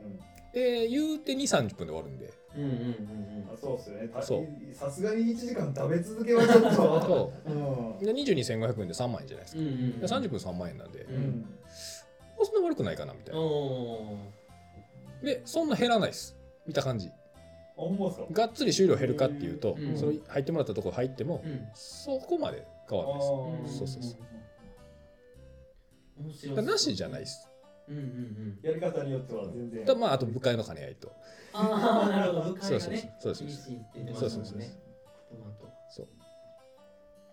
Speaker 2: で言うて2 3 0分で終わるんで
Speaker 3: うんうんうん
Speaker 4: うんあそうっすよねた
Speaker 2: そ
Speaker 4: さすがに1時間食べ続けはちょっ
Speaker 2: あ
Speaker 4: と
Speaker 2: と
Speaker 4: うん
Speaker 2: で22,500円で3万円じゃないです
Speaker 3: う
Speaker 2: か、
Speaker 3: んうん。
Speaker 2: で30分3万円なんで、
Speaker 3: う
Speaker 4: うんん
Speaker 2: まあそんな悪くないかなみたいな、
Speaker 3: お
Speaker 2: でそんな減らないです見た感じ
Speaker 4: あほんまっすか
Speaker 2: がっつり収量減るかっていうと、
Speaker 3: うん
Speaker 2: それ入ってもらったところ入っても、
Speaker 3: ーうん。
Speaker 2: そこまで変わらないです
Speaker 4: あー
Speaker 2: そうそうそう
Speaker 3: 面白
Speaker 2: だ
Speaker 3: い
Speaker 2: からなしじゃないで
Speaker 3: し。
Speaker 2: す
Speaker 3: うんうんうん。
Speaker 4: やり方によっては全然
Speaker 2: だまああと部会の兼ね合いと、
Speaker 3: ああ、なるほど。
Speaker 2: そう
Speaker 3: 深い
Speaker 2: そ
Speaker 3: が
Speaker 2: う
Speaker 3: ね。
Speaker 2: そうそうそ
Speaker 3: 厳
Speaker 2: う
Speaker 3: しいって言ってま
Speaker 2: そう
Speaker 3: し
Speaker 2: そ
Speaker 3: た
Speaker 2: う
Speaker 3: も
Speaker 2: そ
Speaker 3: ん
Speaker 2: う
Speaker 3: ね。トマト。
Speaker 2: そう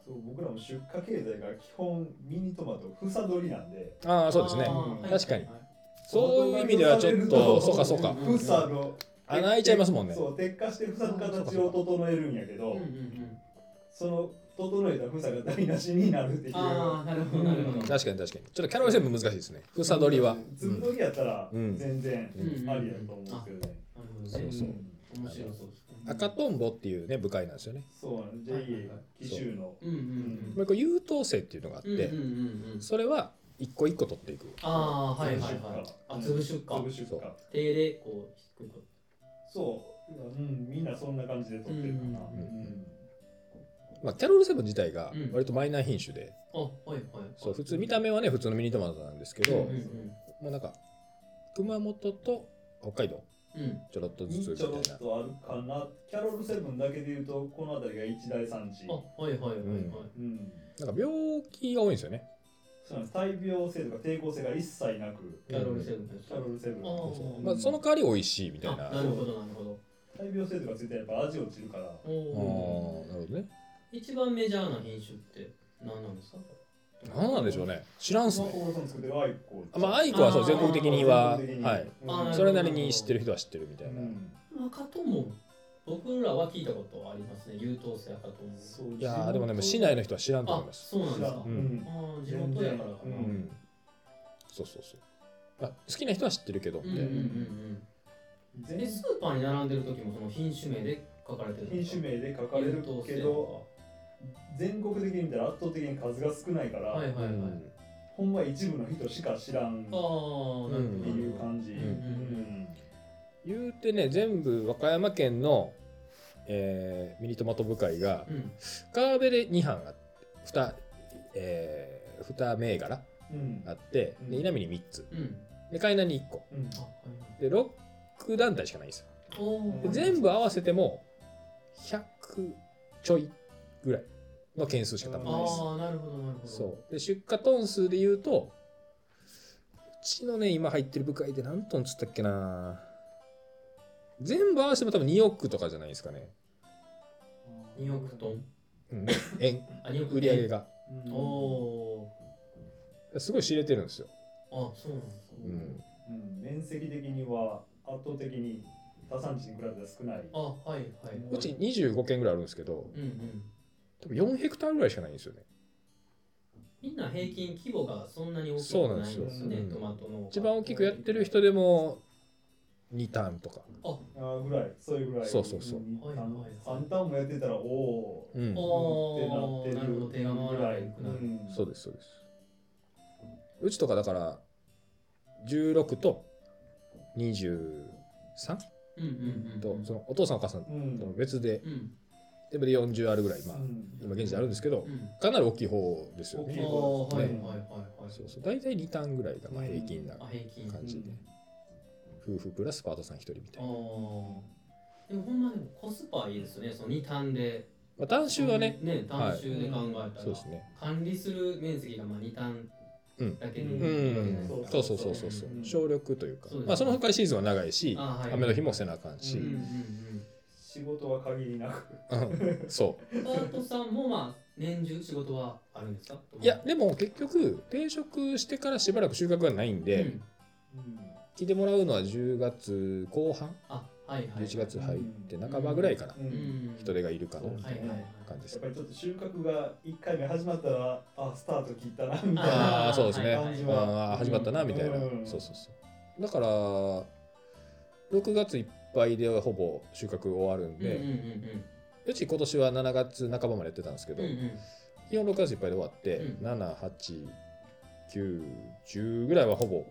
Speaker 4: そう僕らも出荷経済が基本ミニトマト房取りなんで
Speaker 2: ああそうですね
Speaker 3: あー
Speaker 2: 確かに。
Speaker 3: はいはいはい
Speaker 2: そういう意味ではちょっとそうかそうか
Speaker 3: うん
Speaker 4: 房の
Speaker 2: 穴開いちゃいますもんね
Speaker 4: そう鉄火して房の形を整えるんやけど
Speaker 3: うんうんうん。
Speaker 4: その整えた房が台無しになるっていう
Speaker 3: ああ、なるほどなるほ
Speaker 2: 確
Speaker 3: ど。
Speaker 2: かに確かにちょっとキャラメルセブン難しいですね草取りは、う
Speaker 4: つぶ
Speaker 2: ん
Speaker 4: どりやったら
Speaker 2: うん
Speaker 4: 全然
Speaker 2: うん
Speaker 4: ありだと思うんですけどね
Speaker 3: なるほどね
Speaker 2: そうそう
Speaker 3: 面白そうです。
Speaker 2: 赤とんぼっていうね部会なんですよね
Speaker 4: そうなんで
Speaker 3: は
Speaker 4: す
Speaker 3: いはい
Speaker 4: JA
Speaker 3: はい
Speaker 4: 紀州の
Speaker 3: うんうんうん。
Speaker 2: もう一個優等生っていうのがあって、
Speaker 3: うんうんうんうん。
Speaker 2: それは一個一個取っていく
Speaker 3: ああ、はいはい
Speaker 4: 全
Speaker 3: はい。あ、
Speaker 4: 出
Speaker 3: 潰
Speaker 4: 荷
Speaker 3: し出
Speaker 4: 粒
Speaker 3: 荷。
Speaker 4: 出荷
Speaker 3: 手でこう低く。
Speaker 4: そううんみんなそんな感じで取ってるかな
Speaker 3: うん
Speaker 4: うん
Speaker 2: まあ、キャロルセブン自体が
Speaker 3: うん
Speaker 2: 割とマイナー品種で、
Speaker 3: あ、はいはい。
Speaker 2: そう普通見た目はね普通のミニトマトなんですけど、
Speaker 3: うんうん
Speaker 2: もうなんか熊本と北海道
Speaker 3: うん。うん。
Speaker 2: ちょろっとずつ
Speaker 4: に
Speaker 2: み
Speaker 4: ち
Speaker 2: たい
Speaker 4: ょろっ
Speaker 2: な
Speaker 4: とあるかなキャロルセブンだけで言うとこの辺りが一大産地
Speaker 3: あ、はいはいはいはい。
Speaker 2: うん
Speaker 4: うん
Speaker 2: なんか病気が多いんですよね
Speaker 4: そうなんです大病性とか抵抗性が一切なく
Speaker 3: キャロルセブンで
Speaker 4: キャロルセブン
Speaker 3: あー
Speaker 4: うん
Speaker 2: まあ、その代わり美味しいみたい
Speaker 3: あ、
Speaker 2: な、
Speaker 3: なるほどなるほど。
Speaker 4: 大病性とかついてやっぱ味落ちるから
Speaker 3: お
Speaker 2: ああ
Speaker 3: お。
Speaker 2: ーなるほどね
Speaker 3: 一番メジャーな品種って何なんですか
Speaker 2: 何なんでしょうね知らんっす
Speaker 4: まあ、
Speaker 2: ね
Speaker 4: 小室さん作ってるアイコ
Speaker 2: あまあアイコはそう
Speaker 3: あー
Speaker 2: 全国的には
Speaker 4: 全国的に
Speaker 2: はい
Speaker 4: うん
Speaker 3: あー
Speaker 2: それなりに知ってる人は知ってるみたいな、
Speaker 4: うん
Speaker 3: 赤とも僕らは聞いたことありますね。優等生赤とも。
Speaker 4: そう
Speaker 2: いやーでもね市
Speaker 4: い
Speaker 2: 内の人は知らんと思
Speaker 3: あ
Speaker 2: い、ます
Speaker 3: そうなんですか
Speaker 2: う。
Speaker 4: ん
Speaker 3: ああ、地元やからかな。
Speaker 4: う
Speaker 2: うんんそうそうそうあ好きな人は知ってるけどみ
Speaker 3: うんうん
Speaker 2: たいな、
Speaker 3: うんうん。
Speaker 4: 全
Speaker 3: え、スーパーに並んでる時もその品種名で書かれてるんで
Speaker 4: 品
Speaker 3: すか
Speaker 4: 種名で書かれるけど全国的に見たら圧倒的に数が少ないから、
Speaker 3: はいはいはい、
Speaker 2: う
Speaker 3: あ
Speaker 2: ん
Speaker 4: ほんま一部の人しか知らん
Speaker 3: あ
Speaker 4: っ
Speaker 3: なる
Speaker 4: て
Speaker 3: ほど
Speaker 4: いう感じ、
Speaker 3: う
Speaker 4: うんん
Speaker 3: うん
Speaker 2: 言うてね全部和歌山県の、えーミニトマト部会が
Speaker 3: うんうん
Speaker 2: 川辺で2班あって2、えー、2銘柄
Speaker 4: うんうん
Speaker 2: あって
Speaker 4: うん
Speaker 2: で稲見に3つ
Speaker 3: うん
Speaker 2: で海南に1個
Speaker 4: うん
Speaker 3: あはいはい
Speaker 2: で6団体しかないんですよ
Speaker 3: お
Speaker 2: で
Speaker 3: ー
Speaker 2: 全部合わせても100ちょいぐらいの件数しか多分ないです
Speaker 3: ああなるほどなるほど
Speaker 2: そうで出荷トン数で言うとうちのね今入ってる部会で何トンっつったっけな全部合わせても多分2億とかじゃないですかね、
Speaker 3: 2億トン
Speaker 2: うん、 円
Speaker 3: あ2億トン
Speaker 2: 売り上げが
Speaker 4: うん
Speaker 3: おお
Speaker 2: すごい知れてるんですよ、
Speaker 3: ーあそうなんですか
Speaker 2: うん、
Speaker 4: うん面積的には圧倒的に他産地に比べて少ない
Speaker 3: あはいはいはいう
Speaker 2: ち25件ぐらいあるんですけど
Speaker 3: うんうん
Speaker 2: 多分4ヘクタールぐらいしかないんですよね
Speaker 3: みんな平均規模がそんなに大きく
Speaker 2: そうなんで
Speaker 3: ない
Speaker 2: す
Speaker 3: ん
Speaker 2: よ
Speaker 3: ですよね、
Speaker 2: うん
Speaker 3: トマトの。
Speaker 2: 一番大きくやってる人でも2ターンとか、
Speaker 3: あ、
Speaker 4: あーぐらい、そういうぐらい。
Speaker 2: そうそうそうん
Speaker 3: はいはいはい
Speaker 4: 三ターンもやってたら、おお
Speaker 2: う
Speaker 4: ー。
Speaker 2: ん
Speaker 3: お
Speaker 4: っ
Speaker 3: お
Speaker 4: て
Speaker 3: ー、
Speaker 4: な
Speaker 3: な
Speaker 4: って
Speaker 3: るほ
Speaker 4: る
Speaker 3: ど、手が回らなくなる。
Speaker 4: うん
Speaker 2: そうですそうですうちとかだから16と 23?
Speaker 3: うんうんうん。
Speaker 2: と
Speaker 3: うん
Speaker 2: そのお父さんお母さん
Speaker 4: う
Speaker 2: との
Speaker 4: ん。
Speaker 2: 別で
Speaker 3: うん
Speaker 2: で40あるぐらい、まあ、
Speaker 4: うん
Speaker 2: 今現在あるんですけど
Speaker 3: うん。
Speaker 2: かなり大きい方ですよ
Speaker 3: あ
Speaker 4: 大き
Speaker 2: ね
Speaker 3: ー、はいは
Speaker 4: い
Speaker 3: い
Speaker 4: ね
Speaker 3: はいはい。
Speaker 2: そうそう大体2ターンぐらいがまあ平均な
Speaker 3: あ、平均。
Speaker 2: 感じで
Speaker 4: うん
Speaker 2: 夫婦プラスパートさん1人み
Speaker 3: あ
Speaker 2: たいな、
Speaker 3: ーでもほんまでもコスパいいですよね、その2単で。
Speaker 2: まあ、単種はね、
Speaker 3: ね、単種で考えたら。
Speaker 2: そうですね
Speaker 3: 管理する面積がまあ2単だけでいいわ
Speaker 2: う
Speaker 3: けじゃない
Speaker 2: ん
Speaker 3: ですか
Speaker 2: そうそうそうそうそう
Speaker 4: うん
Speaker 2: 省力というか
Speaker 3: そうですね
Speaker 2: まあその他シーズンは長いし
Speaker 3: あはい
Speaker 2: 雨の日もせなあかんし、
Speaker 3: うんうん
Speaker 4: 仕事は限りなく。
Speaker 2: うんそ
Speaker 3: うん。パートさんもまあ年中仕事はあるんですか
Speaker 2: ういや、でも結局転職してからしばらく収穫がないん
Speaker 3: う
Speaker 2: で、
Speaker 3: ん
Speaker 4: うん
Speaker 2: 聞いてもらうのは10月後半
Speaker 3: あ、はいはい。
Speaker 2: 11月入って半ばぐらいから
Speaker 4: うん
Speaker 3: うん。
Speaker 2: 人手がいるかな
Speaker 4: そう
Speaker 2: み
Speaker 4: です
Speaker 2: た
Speaker 3: はいいはいは。
Speaker 2: ない感じで
Speaker 4: やっ
Speaker 2: す
Speaker 4: ぱりちょっと収穫が1回目始まったら、あ、スタート切ったな、みたいな。
Speaker 2: ああーそうですね、
Speaker 3: はいはいはい
Speaker 4: 感じ
Speaker 2: あ
Speaker 4: は
Speaker 2: あー始まったなみたいな、
Speaker 4: うん
Speaker 2: そうそうそうだから6月いっぱいでほぼ収穫終わるん
Speaker 3: うんうん
Speaker 2: で、うち今年は7月半ばまでやってたんですけ
Speaker 3: うんうん。う
Speaker 2: ど、
Speaker 3: んうん。
Speaker 2: 46月いっぱいで終わって、
Speaker 3: う
Speaker 2: 7890ぐらいはほぼ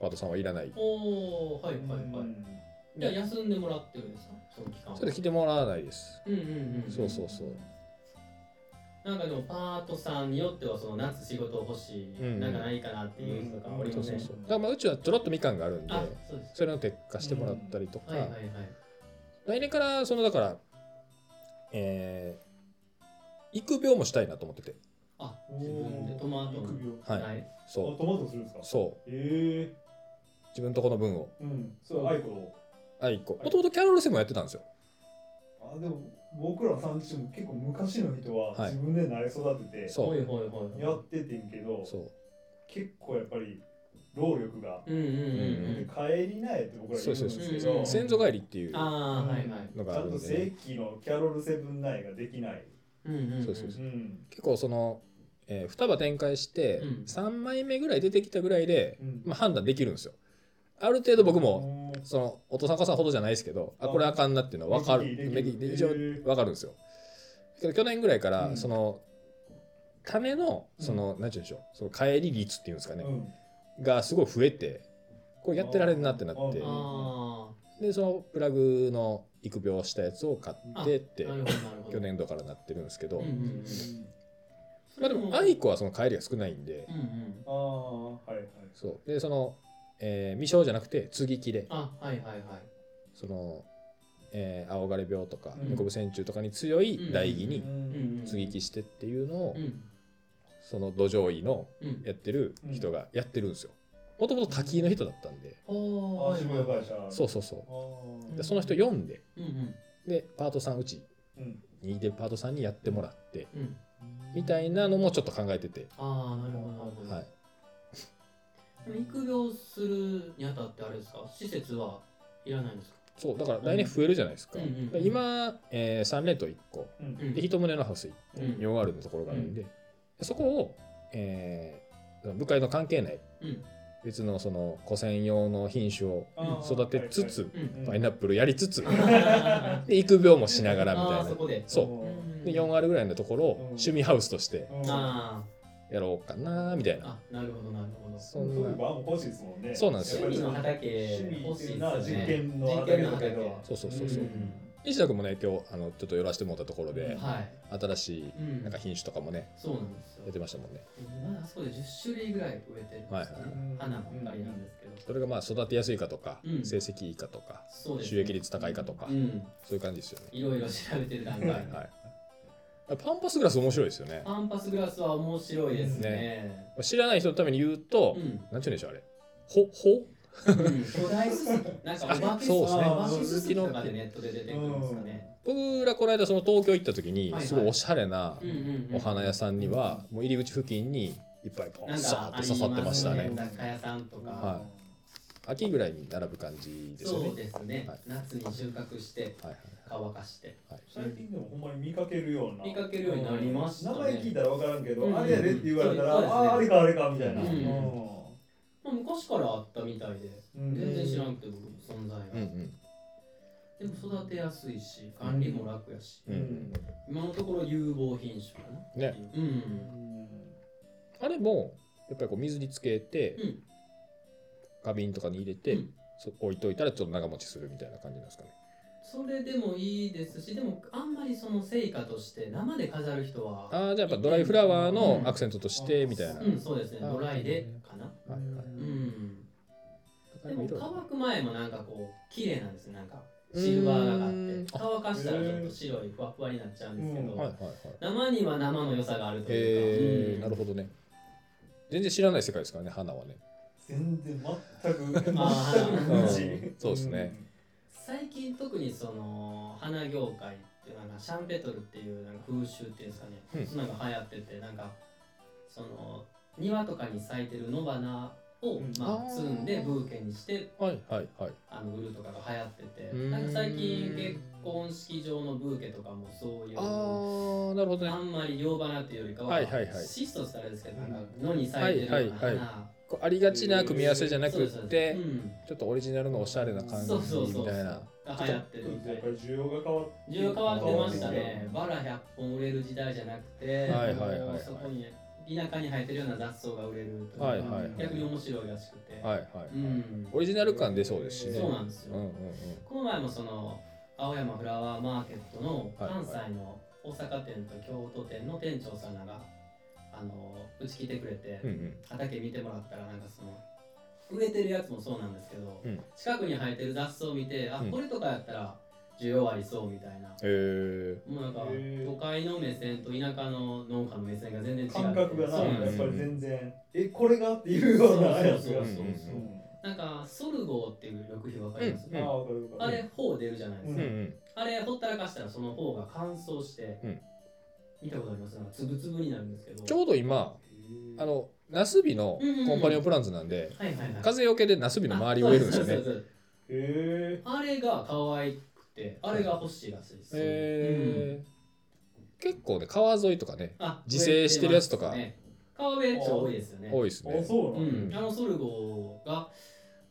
Speaker 2: パートさんはいらない
Speaker 3: おお、はいはいはい。じゃあ休んでもらってるんですかその期間は
Speaker 2: それで来てもらわないです
Speaker 3: うんうんうん。
Speaker 2: そうそうそう
Speaker 3: なんかでもパートさんによってはその夏仕事欲しい、
Speaker 2: うん
Speaker 3: なんかないかなっていう人がおり
Speaker 2: そう
Speaker 3: ま
Speaker 2: そ
Speaker 3: せ
Speaker 2: う
Speaker 3: ん、
Speaker 2: そうだからまあうちはちょろっとみかんがあるんで
Speaker 3: あそうです
Speaker 2: それの結果してもらったりとか、
Speaker 3: はいはいはい
Speaker 2: 来年からそのだからえー、育苗もしたいなと思ってて
Speaker 3: あ自分でトマト
Speaker 4: 首
Speaker 3: の
Speaker 4: を。あ、
Speaker 2: はい、
Speaker 3: はい
Speaker 2: そ
Speaker 4: トマトするんですか
Speaker 2: うそう
Speaker 4: え
Speaker 2: 自分とこの分を
Speaker 4: え。うん。そう、アイコ。
Speaker 2: あいこもともとキャロルセブンやってたんですよ
Speaker 4: あ、でも、僕ら産地も結構昔の人は
Speaker 2: はい
Speaker 4: 自分で苗育てて、
Speaker 2: そ
Speaker 3: はいうはいはい
Speaker 4: やっててんけど、
Speaker 2: そう
Speaker 4: 結構やっぱり、労力が。
Speaker 3: うんうんうん
Speaker 2: う
Speaker 3: う
Speaker 4: で
Speaker 3: ん
Speaker 4: 帰り苗って僕ら言うんですけ
Speaker 3: そうそう
Speaker 4: ど、
Speaker 3: そう
Speaker 2: 先祖返りっていう
Speaker 3: ああはいはい
Speaker 2: の
Speaker 4: ち
Speaker 2: があ
Speaker 4: ゃ
Speaker 2: る
Speaker 4: ん
Speaker 2: ん
Speaker 4: と
Speaker 2: で、ね
Speaker 4: 正、規のキャロルセブン苗ができない。
Speaker 3: うんうんうん
Speaker 2: そうそうそ
Speaker 4: うん。
Speaker 2: 結構その、えー、双葉展開して
Speaker 3: うん
Speaker 2: 3枚目ぐらい出てきたぐらいで、
Speaker 4: うん
Speaker 2: まあ、判断できるんですよある程度僕も
Speaker 4: も
Speaker 2: そのお父さんお母さんほどじゃないですけどあこれあかんなっていうのは分かる
Speaker 4: 目利き
Speaker 2: 目利
Speaker 4: でき
Speaker 2: き
Speaker 4: る
Speaker 2: で一応
Speaker 4: へー
Speaker 2: 分かるんですよけど去年ぐらいから、
Speaker 4: うん
Speaker 2: その種のその、なんて言うんでしょうその帰り率っていうんですかね、
Speaker 4: うん
Speaker 2: がすごい増えてこれやってられるなってなって
Speaker 4: うん
Speaker 3: あ
Speaker 2: でそのプラグの育苗したやつを買ってって
Speaker 3: あなるほどなるほど
Speaker 2: 去年度からなってるんですけど、
Speaker 3: うんうんうん
Speaker 2: まあでもアイコはその帰りが少ないんで、
Speaker 3: うんうん
Speaker 4: ああはいはい
Speaker 2: そうでその、えー未生じゃなくて接ぎ木で
Speaker 3: あはいはいはい
Speaker 2: その、えー青枯れ病とか
Speaker 4: うん
Speaker 2: 猫ブ線虫とかに強い代木
Speaker 4: う
Speaker 2: に
Speaker 3: うんんうん
Speaker 2: 接ぎ木してっていうのを、
Speaker 3: うん
Speaker 2: その土壌医の
Speaker 3: うん
Speaker 2: やってる人がやってるんですよもともと滝の人だったんで、
Speaker 3: お
Speaker 4: あ
Speaker 3: ー
Speaker 4: あ
Speaker 3: はい
Speaker 4: 渋
Speaker 3: はい
Speaker 4: 谷
Speaker 3: はい
Speaker 4: 会社
Speaker 2: そううそうそう
Speaker 4: あー
Speaker 2: でその人読んで
Speaker 3: うんうん
Speaker 2: でパートさんうち
Speaker 4: うん
Speaker 2: にいてるパートさんにやってもらって
Speaker 3: うん
Speaker 2: みたいなのもちょっと考えてて、
Speaker 3: ああなるほどなるほど、
Speaker 2: はい、
Speaker 3: でも育業するにあたってあれですか施設はいらないんですか
Speaker 2: そうだから来年増えるじゃないですか,、
Speaker 3: うんうんうんうん
Speaker 2: 今、えー、3連と1個
Speaker 4: うん
Speaker 3: うん
Speaker 2: で一棟のハウス
Speaker 3: う
Speaker 2: 4
Speaker 3: ん
Speaker 2: ワールドのところがあるんで、そこを、えー部会の関係内
Speaker 3: うん
Speaker 2: 別のその古戦用の品種を
Speaker 4: あー
Speaker 2: 育てつつ、
Speaker 3: うん
Speaker 4: はい
Speaker 2: パ
Speaker 4: は
Speaker 2: イ
Speaker 4: い
Speaker 2: ナップルやりつつ、
Speaker 3: あ
Speaker 2: で育苗もしながらみた
Speaker 3: ー
Speaker 2: いな
Speaker 3: そこで
Speaker 2: そう
Speaker 3: うん
Speaker 2: で4あるぐらいのところを
Speaker 4: うん
Speaker 2: 趣味ハウスとして
Speaker 4: うん
Speaker 3: あ
Speaker 2: やろうかなみたい
Speaker 3: ー
Speaker 2: な、
Speaker 3: あなるほどなるほど
Speaker 2: そ
Speaker 4: そうい
Speaker 2: ん
Speaker 4: う
Speaker 2: な
Speaker 4: 場も欲しいですもんね
Speaker 2: そうなんですよ
Speaker 3: 趣味の
Speaker 4: やっぱり
Speaker 3: 畑欲しいです
Speaker 4: 趣味っ
Speaker 3: ね
Speaker 4: ていうのは実験の畑と
Speaker 3: 実
Speaker 2: そうそうそう
Speaker 3: 験
Speaker 2: そううん西田君もね今日あのちょっと寄らせてもらったところで
Speaker 4: うん
Speaker 3: はい
Speaker 2: 新しい
Speaker 3: うん
Speaker 2: なんか品種とかもね
Speaker 3: そうなんですよ
Speaker 2: やってましたもんね
Speaker 3: 今あそこで10種類ぐらい植えてる
Speaker 2: は
Speaker 3: ん
Speaker 2: い
Speaker 3: で
Speaker 2: は
Speaker 3: す
Speaker 2: い
Speaker 3: ね花ばっかりなんですけど
Speaker 2: それがまあ育てやすいかとか、
Speaker 3: うん
Speaker 2: 成績いいかとか
Speaker 3: そうです
Speaker 2: 収益率高いかとか、
Speaker 3: うん
Speaker 2: そういう感じですよね
Speaker 3: いろいろ調べてる段
Speaker 2: はい
Speaker 3: 階
Speaker 2: はいパンパスグラス面白いですよね
Speaker 3: パンパスグラスは面白いですね
Speaker 2: 知らない人のために言うと、
Speaker 3: うん
Speaker 2: なんて言うんでしょうあれほほ
Speaker 3: うん巨大ススキなんかお化け
Speaker 2: そうですね
Speaker 3: お化けススキとかでネットで出てくるんですかね。
Speaker 2: 僕らこの間その東京行った時に、
Speaker 3: はいはい
Speaker 2: すごいおしゃれな
Speaker 3: うんうんうん
Speaker 2: お花屋さんには、もう入り口付近にいっぱいポ
Speaker 3: な
Speaker 2: ン
Speaker 3: ん
Speaker 2: さー
Speaker 3: か
Speaker 2: っと刺さってました
Speaker 3: あ
Speaker 2: ね
Speaker 3: ります雑貨屋さんとか、
Speaker 2: は秋ぐらいに並ぶ感じですよね
Speaker 3: そうですね、
Speaker 2: はい
Speaker 3: 夏に収穫して
Speaker 2: はいはい
Speaker 3: 乾かして
Speaker 2: はい
Speaker 4: 最近でもほんまに見かけるような
Speaker 3: 見かけるようになりましたね
Speaker 4: 名前聞いたら分からんけど、
Speaker 3: うん
Speaker 4: あれやでって言われたら、
Speaker 3: そうですね
Speaker 4: あああれかあれかみたいな、
Speaker 3: うん
Speaker 4: う
Speaker 3: まあ昔からあったみたいで
Speaker 4: ん
Speaker 3: 全然知らんくて僕も存在が、
Speaker 2: うんうん
Speaker 3: でも育てやすいし管理も楽やし、
Speaker 2: うんうん
Speaker 3: 今のところ有望品種かな
Speaker 2: ね
Speaker 3: うん、
Speaker 2: あれもやっぱりこう水につけて、
Speaker 3: うん
Speaker 2: 花瓶とかに入れて、
Speaker 3: うん
Speaker 2: そ置いといたらちょっと長持ちするみたいな感じなんですかね。
Speaker 3: それでもいいですしでもあんまりその成果として生で飾る人は
Speaker 2: ああじゃあやっぱドライフラワー
Speaker 3: う
Speaker 2: の
Speaker 3: ん
Speaker 2: アクセントとしてみたいな。
Speaker 3: うんそうですね
Speaker 2: あ
Speaker 3: ドライでかな
Speaker 2: はいはい
Speaker 3: うんでも乾く前もなんかこう綺麗なんですねなんか
Speaker 2: うん
Speaker 3: シルバーがあって乾かしたらちょっと白いふわふわになっちゃうんですけど、
Speaker 4: うん
Speaker 2: はいはいはい。
Speaker 3: 生には生の良さがあるとい
Speaker 2: え
Speaker 3: うか、
Speaker 2: ー、なるほどね。全然知らない世界ですからね花はね。
Speaker 4: 全然全く全く
Speaker 3: あ
Speaker 2: ー
Speaker 4: 無
Speaker 2: う
Speaker 4: 知
Speaker 2: んそうですね
Speaker 3: 最近特にその花業界っていうのはシャンペトルっていうなんか風習っていうんですかね、
Speaker 2: うん
Speaker 3: そんなのが流行っててなんかその庭とかに咲いてる野花を、
Speaker 4: うん
Speaker 3: ま
Speaker 2: あ
Speaker 3: あ、
Speaker 2: ー
Speaker 3: 摘んでブーケにして
Speaker 2: はいはいはい。
Speaker 3: あの売るとかが流行ってて
Speaker 2: うーん
Speaker 3: なんか最近結婚式場のブーケとかもそういう
Speaker 2: あ
Speaker 3: あ
Speaker 2: ーなるほどね。
Speaker 3: んまり洋花っていうよりかは,、
Speaker 2: はいはいはい
Speaker 3: 質素したらあれですけどなんか野に咲いてるような花、
Speaker 2: はいはいこうありがちな組み合わせじゃな
Speaker 3: そう
Speaker 2: く
Speaker 3: ですそう
Speaker 2: て、
Speaker 3: ですうん
Speaker 2: ちょっとオリジナルのおしゃれな感じ
Speaker 3: そうそうそう
Speaker 2: みたいな。
Speaker 3: が流行ってるみたい
Speaker 4: やっぱり需要が変わって
Speaker 3: 需要変わってましたね。バラ100本売れる時代じゃなくて、
Speaker 2: はいはいはいはい
Speaker 3: もうそこに田舎に生えてるような雑草が売れるという、
Speaker 2: はいはいはい
Speaker 3: 逆に面白いらしくて、
Speaker 2: はいはい。
Speaker 3: うん、
Speaker 2: オリジナル感出そうですしね。
Speaker 3: そうなんですよ。
Speaker 2: うんうん
Speaker 3: この前もその青山フラワーマーケットの
Speaker 2: はいはい
Speaker 3: 関西の大阪店と京都店の店長さんらがあのうち来てくれて、
Speaker 2: うん。うんうん
Speaker 3: 畑見てもらったらなんかその植えてるやつもそうなんですけど、
Speaker 2: うん
Speaker 3: 近くに生えてる雑草を見て、あ
Speaker 2: うん
Speaker 3: これとかやったら需要ありそうみたいな。
Speaker 2: えー、
Speaker 3: もうなんか
Speaker 4: へー
Speaker 3: 都会の目線と田舎の農家の目線が全然違う
Speaker 4: 感覚がな
Speaker 3: そううん
Speaker 4: やっぱり全然えこれがっていうようなやつ
Speaker 3: そうそう
Speaker 4: が
Speaker 3: そうそう
Speaker 2: うんうん
Speaker 3: なんかソルゴーっていう緑肥わかります、
Speaker 2: うん
Speaker 4: ああ分かる分か
Speaker 3: あ
Speaker 4: る
Speaker 3: れ頬出るじゃないです
Speaker 2: うん
Speaker 3: か、
Speaker 2: うん。
Speaker 3: あれほったらかしたらその頬が乾燥して、
Speaker 2: うん
Speaker 3: 見たことありますなんかつぶつぶになるんですけど
Speaker 2: ちょうど今あのナスビの
Speaker 3: うんうんうん
Speaker 2: コンパニオンプランツなんで、
Speaker 3: はいはいはい
Speaker 2: 風よけでナスビの周りを植えるんですよ
Speaker 3: あそう
Speaker 2: ね。
Speaker 3: そうそうそう
Speaker 4: へえ
Speaker 3: あれが可愛くてあれが欲しいらしいです、
Speaker 2: えー結構ね川沿いとかね
Speaker 3: あ
Speaker 2: 自生してるやつとか
Speaker 3: 植えてますね川辺町多いですよね
Speaker 2: 多いです
Speaker 4: あ
Speaker 2: ね。
Speaker 4: そうな
Speaker 3: う
Speaker 4: の
Speaker 3: ん、あのソルゴーが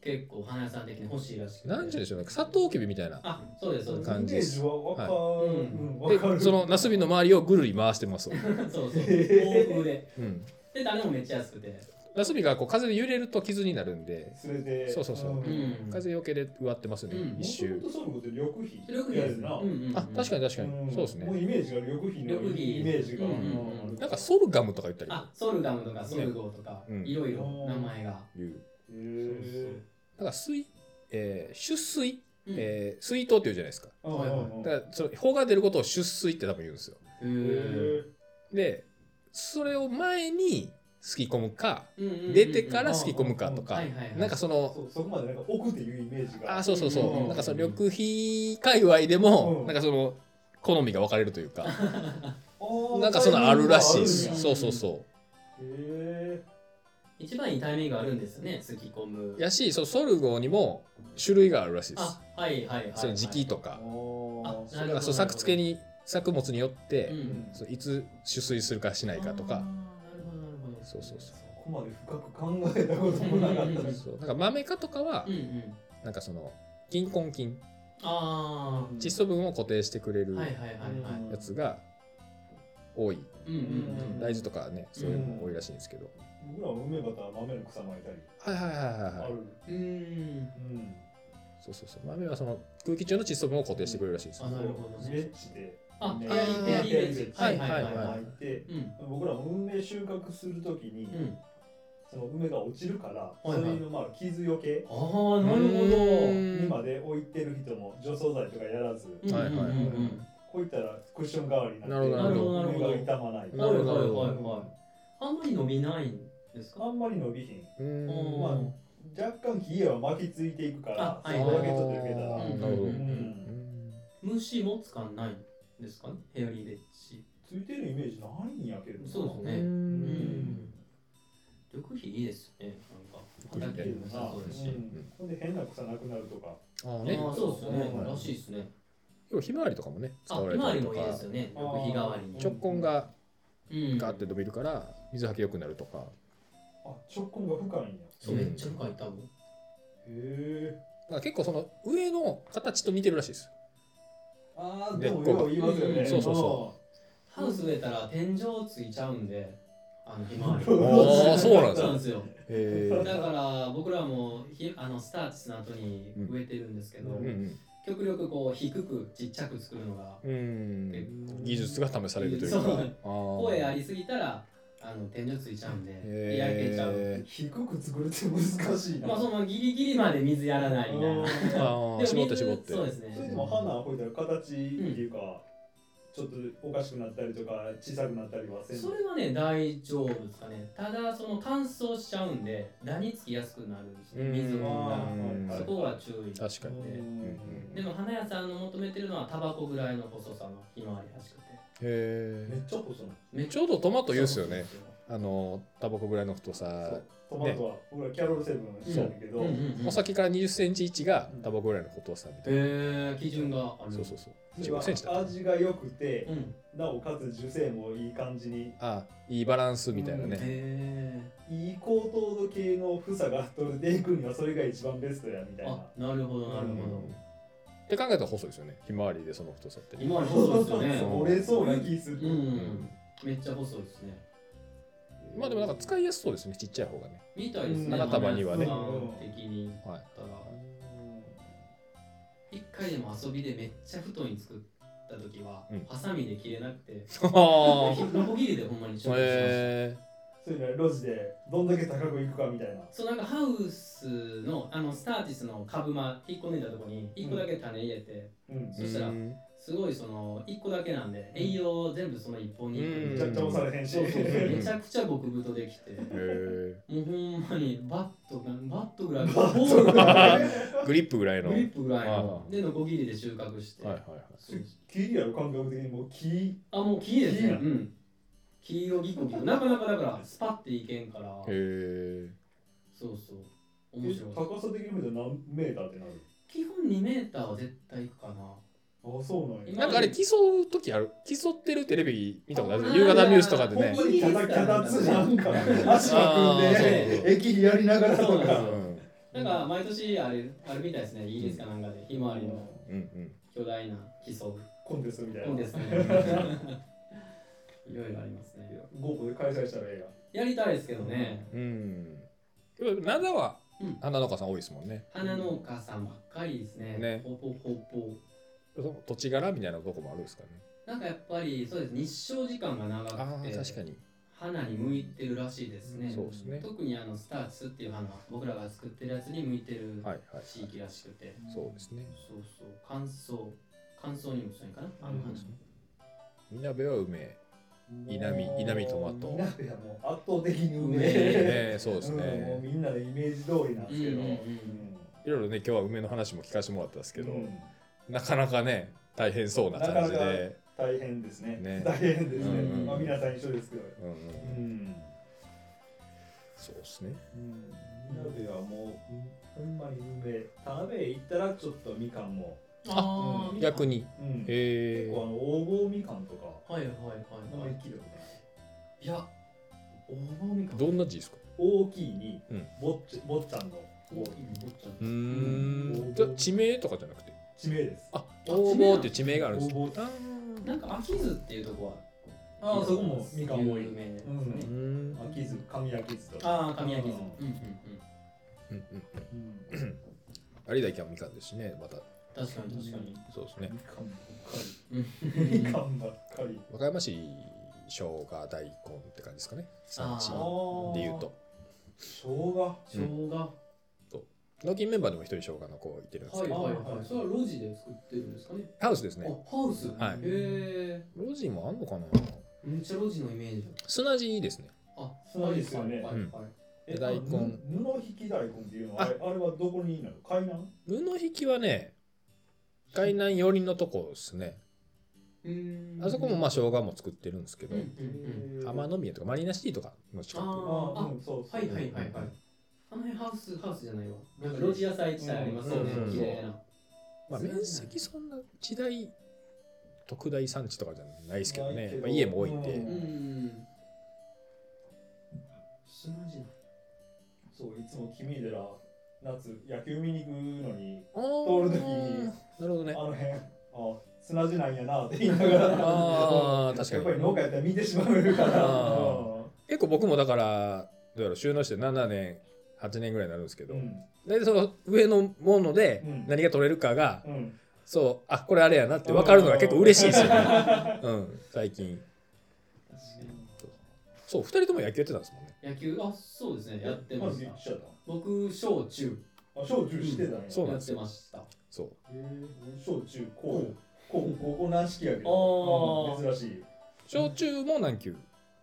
Speaker 3: 結構花屋さん的に欲しいらしくて
Speaker 2: なんちゅうでしょうねサトウキビみたいな。
Speaker 3: あそうですそうです
Speaker 2: 感じで
Speaker 4: イメー
Speaker 2: す
Speaker 4: ジは分か
Speaker 3: い
Speaker 4: る、うん分か
Speaker 2: で
Speaker 4: る
Speaker 2: そのナスビの周りをぐるり回してます。
Speaker 3: そうそう、欧風で。
Speaker 2: うん、
Speaker 3: で、誰もめっちゃ安くて。
Speaker 2: ナスビがこう風で揺れると傷になるんで
Speaker 4: 連れて
Speaker 2: そうそうそう
Speaker 3: うんん。
Speaker 2: 風よけで植わってますね、
Speaker 3: うん
Speaker 2: 一周
Speaker 4: もと。もとそういうことで緑肥
Speaker 3: 緑肥です
Speaker 4: やな、
Speaker 3: うんうんうん
Speaker 2: あ確かに確かに、
Speaker 4: ん
Speaker 2: そうですね
Speaker 4: もう。イメージが緑肥の
Speaker 3: 緑肥
Speaker 4: イメージが、
Speaker 3: うんうんうん
Speaker 2: なんかソルガムとか言ったり
Speaker 3: あ、ソルガムとかソルゴーとか、
Speaker 2: ねうん
Speaker 3: いろいろ名前が。
Speaker 2: いう。
Speaker 4: へ
Speaker 2: なんか水、えー、出水、
Speaker 3: うん
Speaker 2: えー水筒っていうじゃないですか。
Speaker 4: ー
Speaker 3: はいはい
Speaker 2: だからその穂が出ることを出水って多分言うんですよ。
Speaker 3: へー
Speaker 2: でそれを前にすき込むか
Speaker 3: うんうんうん
Speaker 2: 出てからすき込むかとか
Speaker 3: はいはいはい
Speaker 2: なんかその
Speaker 4: そうそこまでなんか奥っていうイメージが
Speaker 2: あそうそうそううんなんかその緑肥界隈でも
Speaker 4: うん
Speaker 2: なんかその好みが分かれるというか
Speaker 4: あー
Speaker 2: なんかそのあるらしいで
Speaker 3: う
Speaker 2: す
Speaker 3: ん
Speaker 2: そうそうそ
Speaker 4: へ
Speaker 3: 一番いいタイミングがあるんですよね、すき込む
Speaker 2: う。やしそうソルゴにも種類があるらしいです
Speaker 3: あ、はいはいはいはい。
Speaker 2: その時期と
Speaker 4: ーあ
Speaker 2: か
Speaker 4: ー
Speaker 3: な
Speaker 2: なん
Speaker 3: る
Speaker 2: か
Speaker 3: ほ
Speaker 2: そう
Speaker 3: ど。
Speaker 2: 作付けに作物によっ
Speaker 3: う
Speaker 2: て
Speaker 3: ん。
Speaker 2: そういつ取水するかしないかと
Speaker 3: あ
Speaker 2: か
Speaker 3: ー。なるほどなるほど。
Speaker 2: そうそうそ
Speaker 4: そこまで深く考えたこともなかった
Speaker 3: うん
Speaker 4: で
Speaker 3: う
Speaker 4: す
Speaker 2: そうなんか豆科とかは
Speaker 3: うんうん。
Speaker 2: なんかその金根菌
Speaker 3: あ
Speaker 2: 窒素分を固定してくれ
Speaker 3: あ。
Speaker 2: る
Speaker 3: はいはいはいはい。
Speaker 2: やつが多い
Speaker 3: うんうんうん。
Speaker 2: 大豆とかねそういうのも多いらしいんですけど、
Speaker 4: 僕らは梅バター豆の草巻いたり
Speaker 2: はいはいはいはい
Speaker 4: あ
Speaker 2: はい
Speaker 4: る
Speaker 3: うん。
Speaker 4: うん
Speaker 2: そうそうそう豆はその空気中の窒素分を固定してくれるらしいです、
Speaker 3: あなるほど
Speaker 4: ジレ
Speaker 3: ね。
Speaker 4: ッジで
Speaker 3: あ、
Speaker 4: ね
Speaker 3: やり手リベンジ。
Speaker 2: は
Speaker 3: はいい
Speaker 2: は
Speaker 3: は
Speaker 2: は
Speaker 3: いい
Speaker 2: い
Speaker 3: はいは
Speaker 4: 巻
Speaker 3: い
Speaker 4: い。て
Speaker 3: うん。
Speaker 4: 僕らも梅収穫するときに、
Speaker 3: うん。
Speaker 4: その梅が落ちるから、
Speaker 3: いはい
Speaker 4: それのまあ傷よけ
Speaker 3: ああ、なるほ
Speaker 2: う
Speaker 3: ど。
Speaker 2: ん
Speaker 4: にまで置いてる人も除草剤とかやらず、
Speaker 3: うん
Speaker 2: はいはいはい
Speaker 3: うんうん
Speaker 4: こういったらクッション代わりになって
Speaker 2: なるほ
Speaker 3: どなるほど
Speaker 4: 梅が傷まない
Speaker 3: うん
Speaker 2: なるほど
Speaker 3: はいはいはいはい。あんまり伸びないんですか。
Speaker 4: あんまり伸びひん
Speaker 2: うーん
Speaker 3: うん
Speaker 4: ま若干ひげは巻きついていくか
Speaker 3: あ
Speaker 4: らそ
Speaker 3: はい
Speaker 4: こだけちょっとよけたら、
Speaker 2: あ
Speaker 3: ー
Speaker 2: なるほど、
Speaker 3: う
Speaker 2: うん
Speaker 4: うん
Speaker 3: 虫もつかないんですかね。ヘアリーベッジ。
Speaker 4: ついてるイメージないんやけどな
Speaker 3: そうです
Speaker 2: ー
Speaker 3: ね。うんん。緑肥いいですよねなんか
Speaker 2: 緑
Speaker 3: 畑
Speaker 2: 肥
Speaker 3: にも良さそうだし、
Speaker 4: うんほんで変な草なくなるとか
Speaker 2: ああ
Speaker 3: ね
Speaker 2: ね、
Speaker 3: ああそうですよね、
Speaker 4: うん
Speaker 3: らしいですね
Speaker 2: 要はひまわりとかもね、使
Speaker 3: あ
Speaker 2: わ
Speaker 3: ひ
Speaker 2: れ
Speaker 3: まわ
Speaker 2: た
Speaker 3: り
Speaker 2: りと
Speaker 3: もいいです
Speaker 2: か、
Speaker 3: よね
Speaker 4: あ
Speaker 3: 緑肥代わりに
Speaker 2: 直根が
Speaker 3: うん
Speaker 2: ガーって伸びるから、水はけ良くなるとか、
Speaker 4: あ直根が深いんや
Speaker 3: そうめっちゃ深い多分
Speaker 4: へえ
Speaker 2: だから結構その上の形と似てるらしいです。
Speaker 4: ああ
Speaker 2: 根
Speaker 4: で
Speaker 2: っこ
Speaker 4: も
Speaker 2: が
Speaker 4: よう言いますよね
Speaker 2: そうそうそ
Speaker 3: ハウス植えたら天井ついちゃうんであのひまわり
Speaker 2: ああ、そうなんです
Speaker 3: そうなん
Speaker 2: よ。
Speaker 3: ですよ
Speaker 2: へ
Speaker 3: だ
Speaker 2: え。
Speaker 3: から僕らもひあのスターチスの後に植えてるんですけど、
Speaker 4: う
Speaker 2: うん
Speaker 3: 極力こう低くちっちゃく作るのが
Speaker 2: うん。うん。
Speaker 4: う
Speaker 2: 技術が試されるというか。
Speaker 3: そう
Speaker 2: あー
Speaker 3: 声ありすぎたらあの天井ついちゃうん
Speaker 2: へ
Speaker 3: で
Speaker 2: ー
Speaker 3: 焼けちゃう、
Speaker 4: 低く作るって難しいな
Speaker 3: まあそのギリギリまで水やらないみたいな
Speaker 4: あー
Speaker 3: で
Speaker 2: あ
Speaker 3: も
Speaker 2: あ、
Speaker 3: 水
Speaker 2: 絞って絞って。
Speaker 3: そうです
Speaker 4: それ
Speaker 3: ね
Speaker 4: でも花ほいたら形っていうか、ちょっとおかしくなったりとか小さくなったりはせん
Speaker 3: それはね大丈夫ですかねただその乾燥しちゃうんでダニつきやすくなるんですね水を飲んだ
Speaker 2: う
Speaker 4: う
Speaker 2: ん
Speaker 4: ん
Speaker 3: らそこは注意
Speaker 2: 確かに
Speaker 3: ね
Speaker 2: ん
Speaker 3: でも花屋さんの求めてるのはタバコぐらいの細さのひまわりらしくて
Speaker 2: へ
Speaker 4: めっちゃ細い
Speaker 3: めっ
Speaker 2: え。ちょうどトマト
Speaker 3: と
Speaker 2: 言うっすよね。あの、タバコぐらいの太さ。
Speaker 4: トマトは、僕らキャロルセブンしてるけど、
Speaker 3: うんうんうん
Speaker 2: お先から20センチ位置がタバコぐらいの太さみたいな。
Speaker 3: へえ基準がある
Speaker 2: そうそう
Speaker 3: そ
Speaker 2: そう。
Speaker 4: それは
Speaker 2: 15センチだった。
Speaker 4: 味が良くて、
Speaker 3: ん
Speaker 4: なおかつ受精もいい感じに
Speaker 2: あいいバランスみたいな
Speaker 3: へ
Speaker 2: ね。
Speaker 3: え
Speaker 4: いい高糖度系の房が取れていくにはそれが一番ベストやみたいな
Speaker 3: あなるほどなる
Speaker 2: う
Speaker 3: ほ
Speaker 2: ん
Speaker 3: ど
Speaker 2: って考えたら細いですよね。ひまわりでその太さって。
Speaker 3: ひまわり細いですよ ね
Speaker 2: そう
Speaker 4: 折れそうな気する、
Speaker 3: う
Speaker 2: うんん
Speaker 3: めっちゃ細いですね
Speaker 2: まあでもなんか使いやすそうですね。ちっちゃい方がね。
Speaker 3: みたいです
Speaker 4: うん
Speaker 3: ね
Speaker 2: 花束にはね
Speaker 3: 花屋さん的に
Speaker 2: はい。
Speaker 3: だったら
Speaker 4: うん
Speaker 3: 一回でも遊びでめっちゃ太いに作った時は
Speaker 2: うん
Speaker 3: ハサミで切れなくて
Speaker 2: あ あ。
Speaker 3: ノコギリでほんまに処理しました
Speaker 2: へえ。
Speaker 4: そういうのは路地でどんだけ高くいくかみたいな
Speaker 3: そうなんかハウスのあのスターティスの株間引っこ抜いたとこに1個だけ種入れて、
Speaker 4: うん
Speaker 3: そしたら
Speaker 2: うん
Speaker 3: すごいその1個だけなんで栄養を全部その1本に
Speaker 2: うん
Speaker 4: めちゃくちゃ押されへんし
Speaker 3: そうそうそ
Speaker 2: う
Speaker 3: う
Speaker 2: ん
Speaker 3: めちゃくちゃ極太できて
Speaker 2: へえ。
Speaker 3: もうほんまにバットなんバットぐらいの
Speaker 4: そう
Speaker 2: らグリップぐらいの。
Speaker 3: グ
Speaker 2: はい
Speaker 3: リップぐらいの
Speaker 2: はい
Speaker 3: でノコギリで収穫して、
Speaker 2: はいはい。
Speaker 3: そう
Speaker 4: 木やろ感覚的にもう木
Speaker 3: あもう木ですね
Speaker 4: 木や
Speaker 3: うん黄色ギコギコなかなかだからスパッていけんから
Speaker 2: へえ。
Speaker 3: そうそう面
Speaker 4: え
Speaker 3: 白い
Speaker 4: 高さ的に見たら何メーターってなる
Speaker 3: 基本2メーターは絶対いくかな
Speaker 4: あそうなんや
Speaker 2: なんかあれ競う時ある競ってるテレビ見たことある夕方ニュースとかで
Speaker 4: ほん
Speaker 2: ね
Speaker 4: ま。に脚立なんか足
Speaker 2: あ
Speaker 4: が
Speaker 2: ー
Speaker 4: 組ん
Speaker 2: そう
Speaker 4: で駅にやりながら
Speaker 3: そう
Speaker 4: と
Speaker 3: なんです
Speaker 2: う
Speaker 3: よ
Speaker 4: か
Speaker 2: ん
Speaker 3: なんか毎年あれあれみたいですね、イギリスかなんかで、ひまわりの
Speaker 2: うんうん。
Speaker 3: 巨大な基礎
Speaker 4: コンテストみたいな
Speaker 3: 本です ね。いろいろありますね。
Speaker 4: ゴープで開催したらえ
Speaker 3: やりたいですけどね、
Speaker 2: うん。灘は
Speaker 3: うん
Speaker 2: 花農家さん多いですもんね。
Speaker 3: 花農家さんばっかりですね。
Speaker 2: ね
Speaker 3: ほぼほぼ。
Speaker 2: その土地柄みたいなとこもあるんですかね。
Speaker 3: なんかやっぱりそうです、日照時間が長
Speaker 2: ああ
Speaker 3: くて、
Speaker 2: 確かに。
Speaker 3: 花に向いてるらしいですね。
Speaker 2: そうですね。
Speaker 3: 特にあのスターチスっていう花、僕らが作ってるやつに向いてる
Speaker 2: はいはい。
Speaker 3: 地域らしくて、
Speaker 2: そうですね。
Speaker 3: そうそう、乾燥、乾燥にも強いかな、あの花。
Speaker 2: みなべは梅。
Speaker 4: えや
Speaker 2: 稲見稲見トマト
Speaker 4: 稲見はもう圧倒的にうめえ
Speaker 2: ねそうです
Speaker 4: うんも
Speaker 2: ね。
Speaker 4: うみんなのイメージ通りなんですけど
Speaker 3: うんうんうん
Speaker 2: いろいろね今日は梅の話も聞かせてもらったんですけど、
Speaker 4: うん
Speaker 2: なかなかね大変そうな感じ
Speaker 4: なかな
Speaker 2: で。
Speaker 4: 大変ですね
Speaker 2: ね
Speaker 4: 大変で
Speaker 2: う
Speaker 4: す
Speaker 2: んうんう
Speaker 4: ね
Speaker 2: ん
Speaker 4: まあ皆さん一緒ですけど
Speaker 2: うんう。
Speaker 4: うんん
Speaker 2: そうですね。
Speaker 4: うん鍋はもう、うん、ほんまに梅田辺行ったらちょっとみかんも、
Speaker 3: あー
Speaker 2: 逆。に。
Speaker 4: うん、結
Speaker 2: へえ。
Speaker 4: 構あの黄金みかんとか
Speaker 3: はいはいはい
Speaker 4: あん
Speaker 3: は
Speaker 4: ま
Speaker 3: い
Speaker 4: り。聞いたことない
Speaker 3: いや、大葉みかん。
Speaker 2: どんな字ですか。
Speaker 4: 大きいに、
Speaker 2: うん
Speaker 4: ぼっちぼっちゃんの
Speaker 3: 大きいの取っちゃう
Speaker 2: うー
Speaker 4: うんん。
Speaker 2: じゃあ地名とかじゃなくて。
Speaker 4: 地名です
Speaker 2: あ、
Speaker 3: あ
Speaker 2: 応募って地名があるんですね。
Speaker 4: 応募
Speaker 2: あ
Speaker 3: なんか秋津っていうとこは。
Speaker 4: あーそこもみかん多い
Speaker 3: 有名ですね
Speaker 4: うん
Speaker 2: ーうーん。
Speaker 4: 秋津上秋津とか
Speaker 3: ああ、神谷津。
Speaker 4: う
Speaker 3: うんんうんうん。
Speaker 2: うんうん。
Speaker 4: うん
Speaker 2: 有田駅はみかんですしね。また。
Speaker 3: 確かに確かに。
Speaker 2: そうですね
Speaker 4: み。かんば
Speaker 3: うん
Speaker 4: っか りみかんばっかり
Speaker 2: 和歌山市生姜大根って感じですかね。産地
Speaker 3: あ
Speaker 2: で言うと。
Speaker 4: 生姜
Speaker 3: 生姜。は
Speaker 2: 農金メンバーでも一人生姜の子いてるんですけ
Speaker 3: い
Speaker 2: ど、
Speaker 3: はいはい。それは路地で作ってるんですかね。
Speaker 2: ハウスです
Speaker 3: あ、
Speaker 2: ね。
Speaker 3: ハウス。へ
Speaker 2: はい
Speaker 3: え。
Speaker 2: 路地もあんのかな
Speaker 3: めっちゃ路地のイメージ。
Speaker 2: 砂地ですね。
Speaker 3: あ、
Speaker 4: そうですよ
Speaker 3: は
Speaker 4: ね
Speaker 3: いはいはい。
Speaker 4: え
Speaker 2: 大根
Speaker 4: あ布引き大根っていうのはあれあれはどこにいるの海南
Speaker 2: 布引きはね、海南寄りのとこですね。
Speaker 3: ううん
Speaker 2: あそこもまあ生姜も作ってるんですけど
Speaker 3: うんうん
Speaker 2: 浜の宮とかマリーナシティとかの近く
Speaker 3: あ
Speaker 4: あ
Speaker 3: あ
Speaker 4: あ、うん、そうそう
Speaker 3: はいはいはいはいあの辺ハウスハウスじゃないわなんか路
Speaker 4: 路地
Speaker 3: 地野菜地帯ありますよね
Speaker 2: うん
Speaker 3: 綺麗な
Speaker 2: まあ、面積そんな地大特大産地とかじゃないですけど
Speaker 4: ない
Speaker 2: ね
Speaker 4: け、ど
Speaker 2: まあ、家も多いんで、
Speaker 4: うん
Speaker 3: ん砂地
Speaker 4: そういつも君寺夏野球見に行くのに
Speaker 2: あ
Speaker 4: 通る時
Speaker 2: ー
Speaker 4: に
Speaker 2: なるほど
Speaker 4: あ
Speaker 2: ね
Speaker 4: の辺あ砂地なんやなって言いながら
Speaker 2: ああ確
Speaker 4: やっぱ
Speaker 2: か
Speaker 4: り
Speaker 2: に
Speaker 4: 農家やったら見てしまうから
Speaker 2: あ結構僕もだからどうやろう収納して7年8年ぐらいになるんですけ
Speaker 4: う
Speaker 2: ど、
Speaker 4: ん
Speaker 2: でその上のもので
Speaker 4: うん
Speaker 2: 何が取れるかが、
Speaker 4: うん
Speaker 2: そうあこれあれやなって分かるのが結構嬉しいですよね、 うん、最近そう2人とも野球やってたんですもんね
Speaker 3: 野球あそうですねやって
Speaker 4: ま
Speaker 3: ま
Speaker 4: ず
Speaker 3: し
Speaker 4: 言
Speaker 3: た
Speaker 4: っちゃった
Speaker 3: 僕小中
Speaker 4: あ小中してたんや
Speaker 2: そうな
Speaker 3: や
Speaker 2: んで
Speaker 3: っ
Speaker 2: す
Speaker 3: て
Speaker 2: よ
Speaker 3: ました
Speaker 2: そう
Speaker 4: 小中高高高校軟式やけ
Speaker 3: あ
Speaker 4: ど
Speaker 3: ー
Speaker 4: 珍しい
Speaker 2: 小中も軟球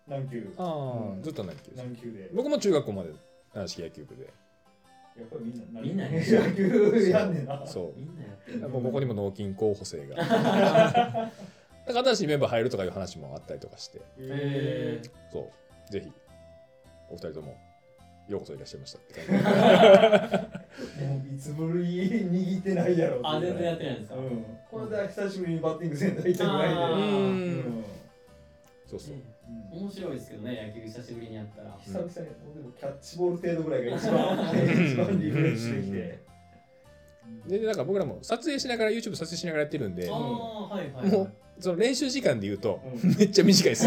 Speaker 4: 軟球
Speaker 2: ああ、
Speaker 4: うん
Speaker 2: ずっと軟球です
Speaker 4: 軟球で
Speaker 2: 僕も中学校まで軟式野球部で
Speaker 4: やっぱりみんな
Speaker 3: みんな
Speaker 4: 野球やんねんな
Speaker 2: そう
Speaker 3: みんなやってる
Speaker 2: やっぱここにも納金候補生が。だから新しいメンバー入るとかいう話もあったりとかして、
Speaker 3: へえ
Speaker 2: そう、ぜひ、お二人とも、ようこそいらっしゃいましたって感じ
Speaker 4: もういつぶりに握ってないやろ
Speaker 3: あ全然やっててないんですか
Speaker 4: うんこれで久しぶりにバッティングセンター行ったぐらいで
Speaker 3: あー
Speaker 4: う
Speaker 2: うん
Speaker 4: ん
Speaker 2: そうそう。
Speaker 4: うん
Speaker 3: 面白いですけどね野球久しぶりにやったら
Speaker 4: 久々にでもキャッチボール程度ぐらいが一番一番リフレッシュできて
Speaker 2: で、なんか僕らも撮影しながら、YouTube 撮影しながらやってるんで
Speaker 3: あ、あはいはい
Speaker 2: もう、その練習時間で言うと、
Speaker 4: うん
Speaker 2: めっちゃ短いです。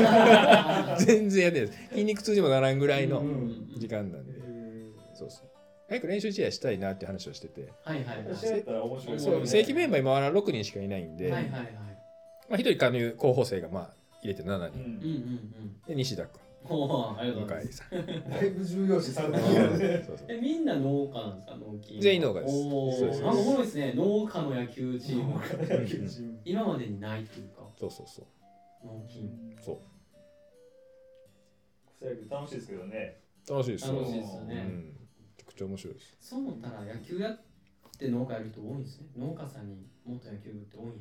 Speaker 2: 全然やってないです。筋肉痛にもならんぐらい
Speaker 3: うん
Speaker 2: の
Speaker 3: うんうん
Speaker 2: 時間なんで、
Speaker 4: え
Speaker 2: そうそう。早く練習試合したいなって話をしてて、
Speaker 3: はいはいはい
Speaker 4: ー試合やったら面白い
Speaker 2: そう正規メン
Speaker 4: バ
Speaker 2: バー今は6人しかいないんで、
Speaker 3: はいはい
Speaker 2: ま
Speaker 3: はい
Speaker 2: あ一人加入候補生がまあ入れて7人。
Speaker 3: うんうんうん
Speaker 2: で、西田君。
Speaker 3: おーありがとうござい
Speaker 2: 向井
Speaker 3: ます
Speaker 2: さん。
Speaker 4: だいぶ重要視されてきたね
Speaker 2: そうそう
Speaker 3: えみんな農家なんですか農機
Speaker 2: 全員農家です
Speaker 3: お
Speaker 2: そうで
Speaker 3: お
Speaker 2: す
Speaker 3: なんかおもろいですね農家の野球チー ム
Speaker 4: 野球チーム
Speaker 3: 今までにないっていうか
Speaker 2: そうそうそう
Speaker 3: 農機
Speaker 2: そ
Speaker 4: 草野球楽しいですけどね
Speaker 2: う楽しいですよ、
Speaker 3: 楽しいですよ
Speaker 2: う
Speaker 3: ね
Speaker 2: ん、めちゃくちゃ面白いです
Speaker 3: そう思ったら野球やって農家やる人多いんですね農家さんに元野球部って多いんや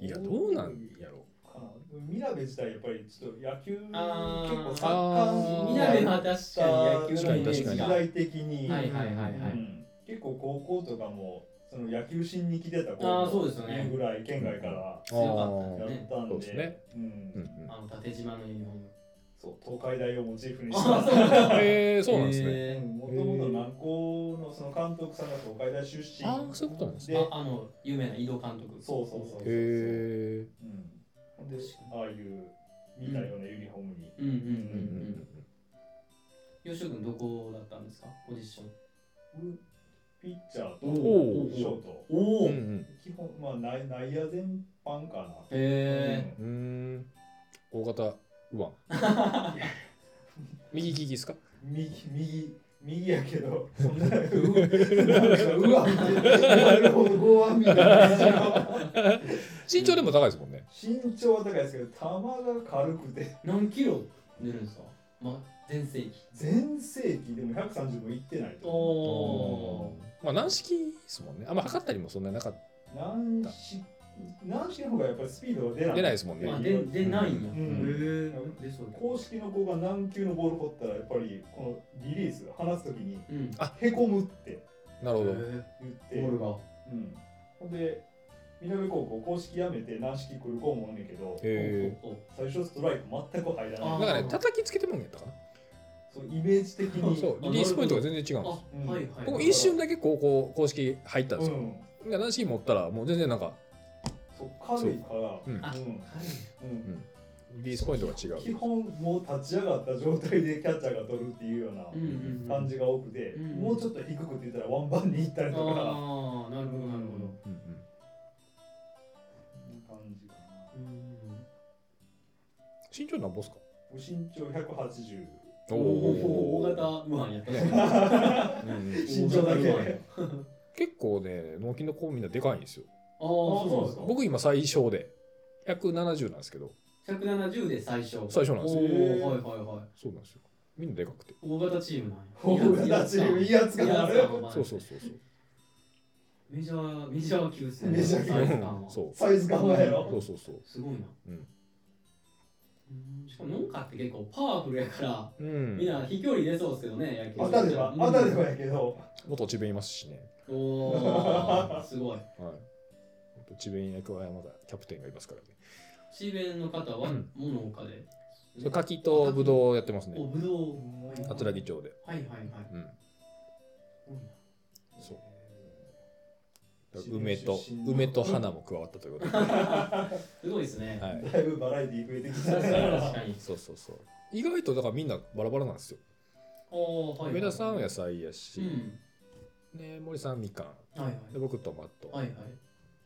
Speaker 2: いやどうなんやろ
Speaker 4: かなミラベ自体やっぱりちょっと野球結
Speaker 3: あー
Speaker 4: 構盛
Speaker 2: あ
Speaker 4: ん
Speaker 2: ー
Speaker 3: みなべは確かに野球のイメージ
Speaker 2: 確
Speaker 3: が
Speaker 4: 時
Speaker 3: はい
Speaker 4: 代的に、
Speaker 3: はいはいは
Speaker 4: う
Speaker 3: い
Speaker 4: ん結構高校とかもその野球しに来てた子
Speaker 3: あーそうですよね
Speaker 4: いうぐらい県外から
Speaker 3: 強かったん
Speaker 2: あ
Speaker 3: だ
Speaker 4: やっ
Speaker 3: ね
Speaker 4: たんで、
Speaker 2: そうですね
Speaker 4: うん
Speaker 2: うんうん、
Speaker 3: あの縦縞のユニフォーム
Speaker 4: そう東海大をモチーフにした
Speaker 3: あそうなんだ
Speaker 2: えー、そうなんですね、
Speaker 3: へー
Speaker 4: もともと南高のその監督さんが東海大出身
Speaker 2: あーそういうことなんです
Speaker 4: で
Speaker 3: ああの有名な井戸監督
Speaker 4: そうそうそうそう
Speaker 2: へえ
Speaker 4: うん、でああいう見たようなユニフォームに、
Speaker 3: うんうんうん
Speaker 2: ーうんうんうん
Speaker 3: 吉尾君どこだったんですかポジション
Speaker 4: ピッチャーと
Speaker 2: お
Speaker 3: ー
Speaker 4: ショート
Speaker 3: お
Speaker 2: う
Speaker 3: へ
Speaker 2: ん
Speaker 4: 基本まあ内内野全般かな
Speaker 3: え
Speaker 2: うんうん大型右腕右利きですか
Speaker 4: うん右右右やけどそんなううわなるほど剛腕みたいな
Speaker 2: 身長でも高いですもんね
Speaker 4: 身長は高いですけど球が軽くて
Speaker 3: 何キロ出るんですかま全盛期
Speaker 4: 全盛期でも130もいってないと思
Speaker 3: お
Speaker 4: う
Speaker 2: まあ軟式ですもんねあんま測ったりもそんなになかっ
Speaker 4: 軟式軟式の方がやっぱりスピードが出ない
Speaker 2: 出ないですもんね
Speaker 3: まあで出ないんや
Speaker 4: う
Speaker 3: へ
Speaker 4: ん
Speaker 3: え出そうだ
Speaker 4: 公式の子が軟球のボール掘ったらやっぱりこのリリース放つときに
Speaker 3: うん
Speaker 4: へこむって
Speaker 2: なるほど
Speaker 4: 言っ
Speaker 3: ボール
Speaker 4: て、
Speaker 3: が
Speaker 4: うん、ほんで南高校公式やめて軟式来る子もおんねんけど
Speaker 2: へ
Speaker 3: おおお
Speaker 4: 最初ストライク全く入ら
Speaker 2: え
Speaker 3: あ
Speaker 4: ない
Speaker 2: だからね叩きつけてもんやったかな
Speaker 4: そうイメージ的に
Speaker 2: そうリリースポイントが全然違うんです
Speaker 3: あ
Speaker 2: よ、
Speaker 4: うん
Speaker 3: はいはい。
Speaker 2: 僕一瞬だけ高校公式入ったん
Speaker 4: う
Speaker 2: ですよ、
Speaker 4: ん、
Speaker 2: いや軟式持ったらもう全然なんか
Speaker 4: そう軽いから
Speaker 2: うん
Speaker 3: あ
Speaker 4: うんうん
Speaker 2: リリースポイントが違う
Speaker 4: 基本もう立ち上がった状態でキャッチャーが取るっていうよう
Speaker 3: うんうんうん
Speaker 4: な感じが多くて、
Speaker 3: うん
Speaker 4: もうちょっと低くって言ったらワンバンに行ったりとかな
Speaker 3: ああ、なるほど、なるほど。
Speaker 2: うんうん
Speaker 4: 感じかな
Speaker 3: うん
Speaker 2: 身長なんぼっすか
Speaker 4: ご身長180
Speaker 2: お
Speaker 3: お
Speaker 2: お
Speaker 3: お、大型無犯 やったね。
Speaker 4: 身長だけ
Speaker 3: 大型無犯
Speaker 2: 結構ね納金の子みんなでかいんですよ
Speaker 3: ああ、そうなんですか。
Speaker 2: 僕今最小で170なんですけど
Speaker 3: 百七十で最初。
Speaker 2: 最初なんですよ
Speaker 3: おお、はいはいはい。
Speaker 2: そうなんですよみんなでかくて
Speaker 3: 大型チームなんや。
Speaker 4: 大型チームいいやつがなる
Speaker 3: いいやつがなる
Speaker 2: そうそうそうそう
Speaker 3: メジャー、メジャー級ですね。
Speaker 4: メジャー級
Speaker 3: サイズ感は
Speaker 2: そう
Speaker 4: サイズ感はやろ
Speaker 2: そうそうそう
Speaker 3: すごいな。
Speaker 2: うん
Speaker 3: うんしかも農家って結構パワフルやから、
Speaker 2: うん
Speaker 3: みんな飛距離出そうですけどね、野
Speaker 4: 当
Speaker 3: 球。
Speaker 4: たれば
Speaker 3: うん
Speaker 4: 当たればやけど
Speaker 2: 元智弁いますしね
Speaker 3: おお、すごい。
Speaker 2: はい元智弁役はまだキャプテンがいますからね
Speaker 3: 智弁の方は
Speaker 2: うん
Speaker 3: もう農家で。
Speaker 2: それ柿とぶ
Speaker 3: う。
Speaker 2: どうやってます
Speaker 3: お、
Speaker 2: ね
Speaker 3: ぶどう。
Speaker 2: 桂木町で
Speaker 3: はいはいはい。
Speaker 2: うんそう
Speaker 4: えー
Speaker 2: 梅と
Speaker 4: 出身の
Speaker 2: 梅と花も加わったということで、 は
Speaker 3: すごいですね。
Speaker 2: い、
Speaker 4: だいぶバラエティー増えてきた
Speaker 3: 確かに。
Speaker 2: そうそうそう意外とだからみんなバラバラなんですよ
Speaker 3: おお、はい。
Speaker 2: 梅田さんは野
Speaker 3: し。
Speaker 2: 菜やし、
Speaker 3: うん。
Speaker 2: ね、森さんみかん
Speaker 3: はい
Speaker 2: で僕トマト、
Speaker 3: はい。はい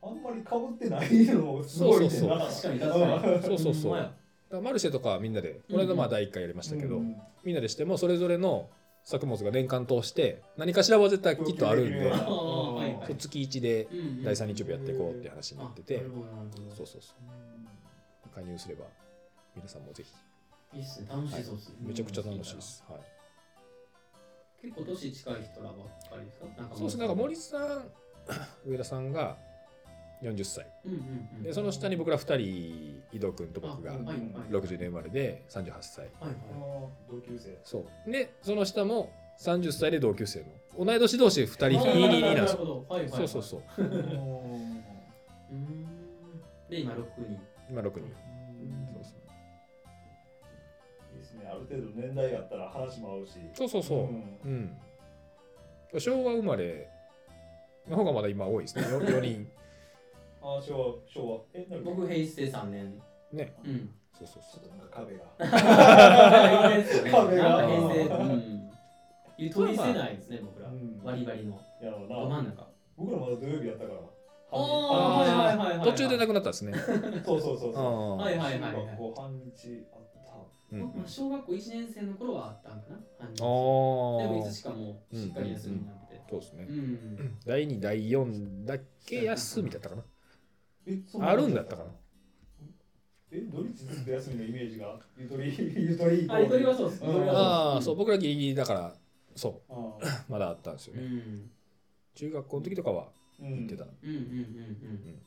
Speaker 4: あんまりかぶってないのすごいね
Speaker 2: そうそうそう
Speaker 4: な
Speaker 3: はい。確かに確かに。
Speaker 2: そうそう
Speaker 3: ほん
Speaker 2: そう
Speaker 3: ま
Speaker 2: だ
Speaker 3: や
Speaker 2: からマルシェとかはみんなでこれ間まあ第1回やりましたけど、
Speaker 4: うん
Speaker 2: みんなでしてもそれぞれの作物が年間通して何かしらは絶対きっとあるんで
Speaker 4: 供給できるよう
Speaker 3: ああ、はいは
Speaker 2: そう
Speaker 3: い。
Speaker 2: 月1で
Speaker 3: うんうん
Speaker 2: 第3日曜日やっていこうって話になってて、
Speaker 3: あなるほどなるほど
Speaker 2: そうそうそう加入すれば皆さんもぜひ
Speaker 3: いいっすね、楽しそうっすね。
Speaker 2: めちゃくちゃ楽しいです、はい、
Speaker 3: 結構年近い人らばっかりですかなんか
Speaker 2: そうですねなんか森さん 上田さんが40歳
Speaker 3: うんうんうん。
Speaker 2: でその下に僕ら2人井戸君と僕が
Speaker 3: あはいはい
Speaker 2: 60年生まれで38歳
Speaker 3: はいはい。
Speaker 4: 同級生
Speaker 2: そうでその下も30歳で同級生の同い年同士2人222なんです
Speaker 3: る
Speaker 2: よ
Speaker 3: ほど。はいはいはい。
Speaker 2: そうそうそう
Speaker 3: うーん。で、今6人。
Speaker 2: 今6人
Speaker 4: うんいいですねある程度年代があったら話も合うし
Speaker 2: そうそうそう
Speaker 4: うん
Speaker 2: うん、昭和生まれの方がまだ今多いですね 4, 人
Speaker 4: ああ昭和昭和えなんか
Speaker 3: 僕、平成3年。
Speaker 2: ね
Speaker 3: うん。
Speaker 2: そうそう
Speaker 4: ち
Speaker 2: そ
Speaker 4: ょ
Speaker 2: う
Speaker 4: っとなんか壁が
Speaker 3: なんか
Speaker 4: 壁
Speaker 3: 平
Speaker 4: が
Speaker 3: 成、うん。ゆとり世代ですね、僕ら
Speaker 4: う。ん
Speaker 3: バリバリの。
Speaker 4: やろう
Speaker 3: ど真
Speaker 4: なん
Speaker 3: 中。
Speaker 4: 僕らまだ土曜日やったから
Speaker 3: あ
Speaker 4: 半日
Speaker 3: ーはいはいはいはい。
Speaker 2: 途中でな
Speaker 3: か。
Speaker 2: くなったんですね
Speaker 4: そうそうそう
Speaker 2: あ
Speaker 4: そう
Speaker 2: あ、
Speaker 3: はいはいはい
Speaker 4: 中
Speaker 3: はい
Speaker 4: 学。校半日あった
Speaker 2: うん
Speaker 3: 僕も小学校1年生の頃はあったんかな。半
Speaker 2: あ
Speaker 3: 日でもい
Speaker 2: ー
Speaker 3: つしかもうしっかり休みになって。
Speaker 2: そうですね
Speaker 3: う、ん。
Speaker 2: 第2第4だけ休みだったかな
Speaker 4: えそ
Speaker 2: あるんだったかな
Speaker 4: え土日ずっと休みのイメージがゆとり ゆとり
Speaker 3: あ、ゆとりはそうです。ゆとりは
Speaker 2: ああー
Speaker 3: そ
Speaker 2: そうう僕らギリギリだからそ
Speaker 4: あー
Speaker 2: うまだあったんですよ
Speaker 3: う
Speaker 2: ね、
Speaker 3: ん。
Speaker 2: 中学校の時とかは
Speaker 4: うん
Speaker 2: 行ってた、
Speaker 3: うんうんうん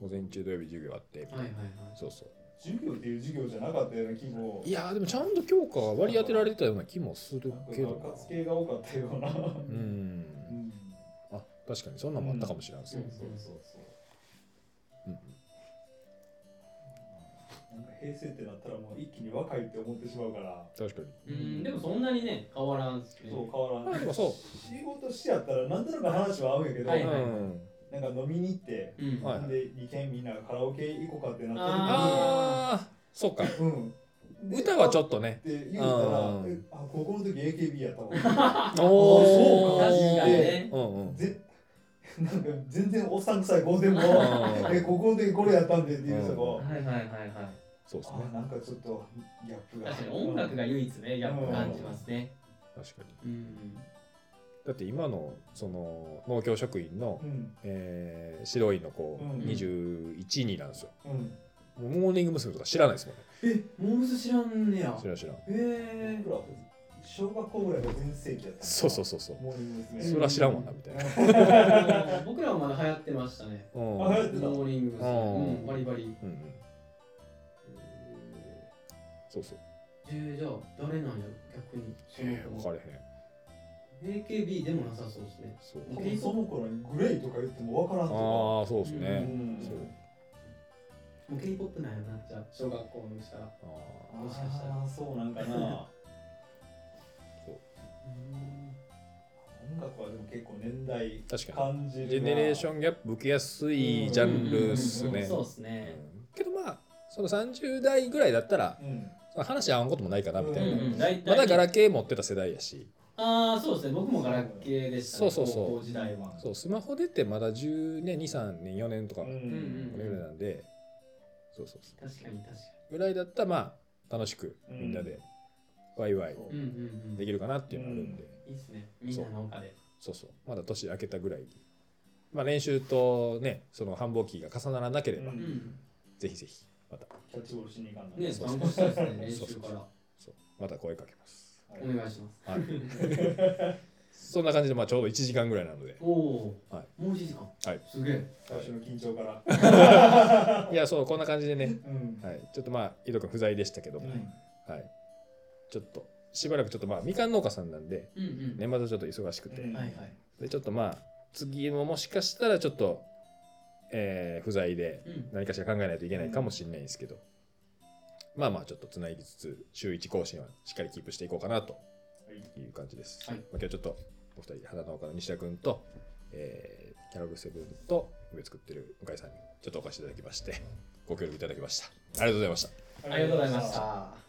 Speaker 2: 午前中土曜日授業あって、
Speaker 3: うん。はいはいはい。
Speaker 2: そうそう
Speaker 4: 授業っていう授業じゃなかったような気も
Speaker 2: いやーでもちゃんと教科が割り当てられてたような気もする
Speaker 4: なんか
Speaker 2: けど
Speaker 4: 部活系が多かったような
Speaker 2: なうん
Speaker 4: うん
Speaker 2: あ確かにそんなのもあったかもしれないです
Speaker 4: そう
Speaker 2: ね、
Speaker 4: そうそうそう
Speaker 2: うん
Speaker 4: なんか平成ってなったらもう一気に若いって思ってしまうから
Speaker 2: 確かに
Speaker 3: うん、でもそんなにね、変わらんっすね。
Speaker 4: そう変わら
Speaker 2: まあ
Speaker 4: ない
Speaker 2: でもそ
Speaker 4: 仕事してやったらなんとなく話は合うんやけど、
Speaker 3: は
Speaker 2: う、
Speaker 3: いはい
Speaker 2: うん、
Speaker 4: なんか飲みに行って、
Speaker 3: うん。
Speaker 2: はい
Speaker 4: で2軒みんなカラオケ行こうかってなっ
Speaker 2: ああそうか
Speaker 4: た時に、うん、で
Speaker 2: 歌はちょ
Speaker 4: っ
Speaker 2: っとね
Speaker 4: て言うたら
Speaker 2: うん
Speaker 4: えあ高校の時 AKB やったわ
Speaker 2: お
Speaker 3: あーそうか確
Speaker 2: ー
Speaker 3: かにね
Speaker 2: うんうん
Speaker 4: ぜ なんか全然おっさん臭い子でも
Speaker 2: うん
Speaker 4: え高校の時これやったんでっていう人
Speaker 2: う
Speaker 4: が、
Speaker 3: はいはいはいはい。
Speaker 2: そうですね
Speaker 4: あなんかちょっとギャップが
Speaker 3: 確かに音楽が唯一ね、ギャップ感じますね。
Speaker 2: 確かに
Speaker 3: うん。
Speaker 2: だって今のその農協職員の、
Speaker 4: うん
Speaker 2: えー、白いの子、
Speaker 4: うん
Speaker 2: 21人なんですよ
Speaker 4: うん
Speaker 2: もうモーニング娘。とか知らないですもんね
Speaker 3: え、モース知らんねや
Speaker 2: 知。らん知らん
Speaker 3: え
Speaker 4: 僕ら小学校ぐらいが全盛期やった
Speaker 2: そうそう
Speaker 4: そ
Speaker 2: そうそう
Speaker 4: モーニング娘。
Speaker 2: それは知らんわなみたいな
Speaker 3: え。 僕らはまだ流行ってましたね。
Speaker 2: うん
Speaker 4: あ流行ってた
Speaker 3: モーリングス。うん、バリバリ。
Speaker 2: うんうんそうそう
Speaker 3: えー、じゃあ、誰なんやろ、逆に。
Speaker 2: えー分かれへん
Speaker 3: AKB でもなさそうですね。
Speaker 2: そう
Speaker 4: 多分その頃にグレイとか言ってもわからんとか
Speaker 2: ああそうです
Speaker 4: う
Speaker 2: ね、
Speaker 4: ん
Speaker 2: そう
Speaker 3: もう K-POP なんやな、じゃあ、小学校のしたら。
Speaker 2: あ
Speaker 3: もしかしたら
Speaker 4: あーそうなんかな音
Speaker 3: う
Speaker 4: 楽はでも結構年代
Speaker 2: ー確か
Speaker 4: 感じる
Speaker 2: にジェネレーシ
Speaker 4: ン
Speaker 2: ョンギャップ受けやすいジャンルっす
Speaker 3: んうんうんう
Speaker 2: ね
Speaker 3: んそうっすね。
Speaker 2: うんけどまあその30代ぐらいだったら
Speaker 4: うん
Speaker 2: 話合わんこともないかなみた
Speaker 3: うん
Speaker 2: いな、
Speaker 3: うん、大体
Speaker 2: まだガラケー持ってた世代やし
Speaker 3: ああ、そうですね。僕もガラケーでした、ね。
Speaker 2: そうそうそう
Speaker 3: 高校時代は。
Speaker 2: そうスマホ出てまだ10年23年4年とか
Speaker 4: う
Speaker 2: これ
Speaker 3: ん
Speaker 2: ぐらいなんで、そうそうそ
Speaker 3: 確かに確か
Speaker 2: うぐらいだったらまあ楽しくみんなでワイワイ
Speaker 3: に。うんうんうん。
Speaker 2: できるかなっていうのがあるんで、
Speaker 3: いいっすね。みんなのおかで。
Speaker 2: そうそうまだ年明けたぐらいに、まあ、練習とねその繁忙期が重ならなければ、
Speaker 4: う
Speaker 3: うんん。
Speaker 2: ぜひぜひまた
Speaker 4: キャッチボールしに行かんな
Speaker 3: ね、
Speaker 4: そう
Speaker 3: 参考したいですね。練
Speaker 2: そうそう
Speaker 3: 習から。
Speaker 2: そうまた声かけます
Speaker 4: はい
Speaker 3: お願いします。
Speaker 2: はいそんな感じで、まあ、ちょうど1時間ぐらいなので。
Speaker 3: おお、
Speaker 2: はい
Speaker 3: もう一時間。
Speaker 2: はい
Speaker 3: すげえ。
Speaker 5: 最初の緊張から。
Speaker 2: いや、そう、こんな感じでね、
Speaker 5: うん。
Speaker 2: はい、ちょっとまあ、井戸君不在でしたけども、
Speaker 5: うん
Speaker 2: はい、ちょっと、しばらくちょっとまあ、みかん農家さんなんで、
Speaker 3: うんうん。
Speaker 2: 年末はちょっと忙しくて、
Speaker 5: うん
Speaker 3: はいはい。
Speaker 2: で、ちょっとまあ、次ももしかしたらちょっと、えー不在で
Speaker 3: うん。
Speaker 2: 何かしら考えないといけないかもしれないんですけど、まあまあ、ちょっとつなぎつつ、週1更新はしっかりキープしていこうかなという感じです。
Speaker 3: はい
Speaker 2: まあ、今日ちょっと、お二人、花農家の西田君と、えーキャロルセブンと、上作ってる向井さんに、ちょっとお貸しいただきまして、ご協力いただきました。ありがとうございました。
Speaker 3: ありがとうございました。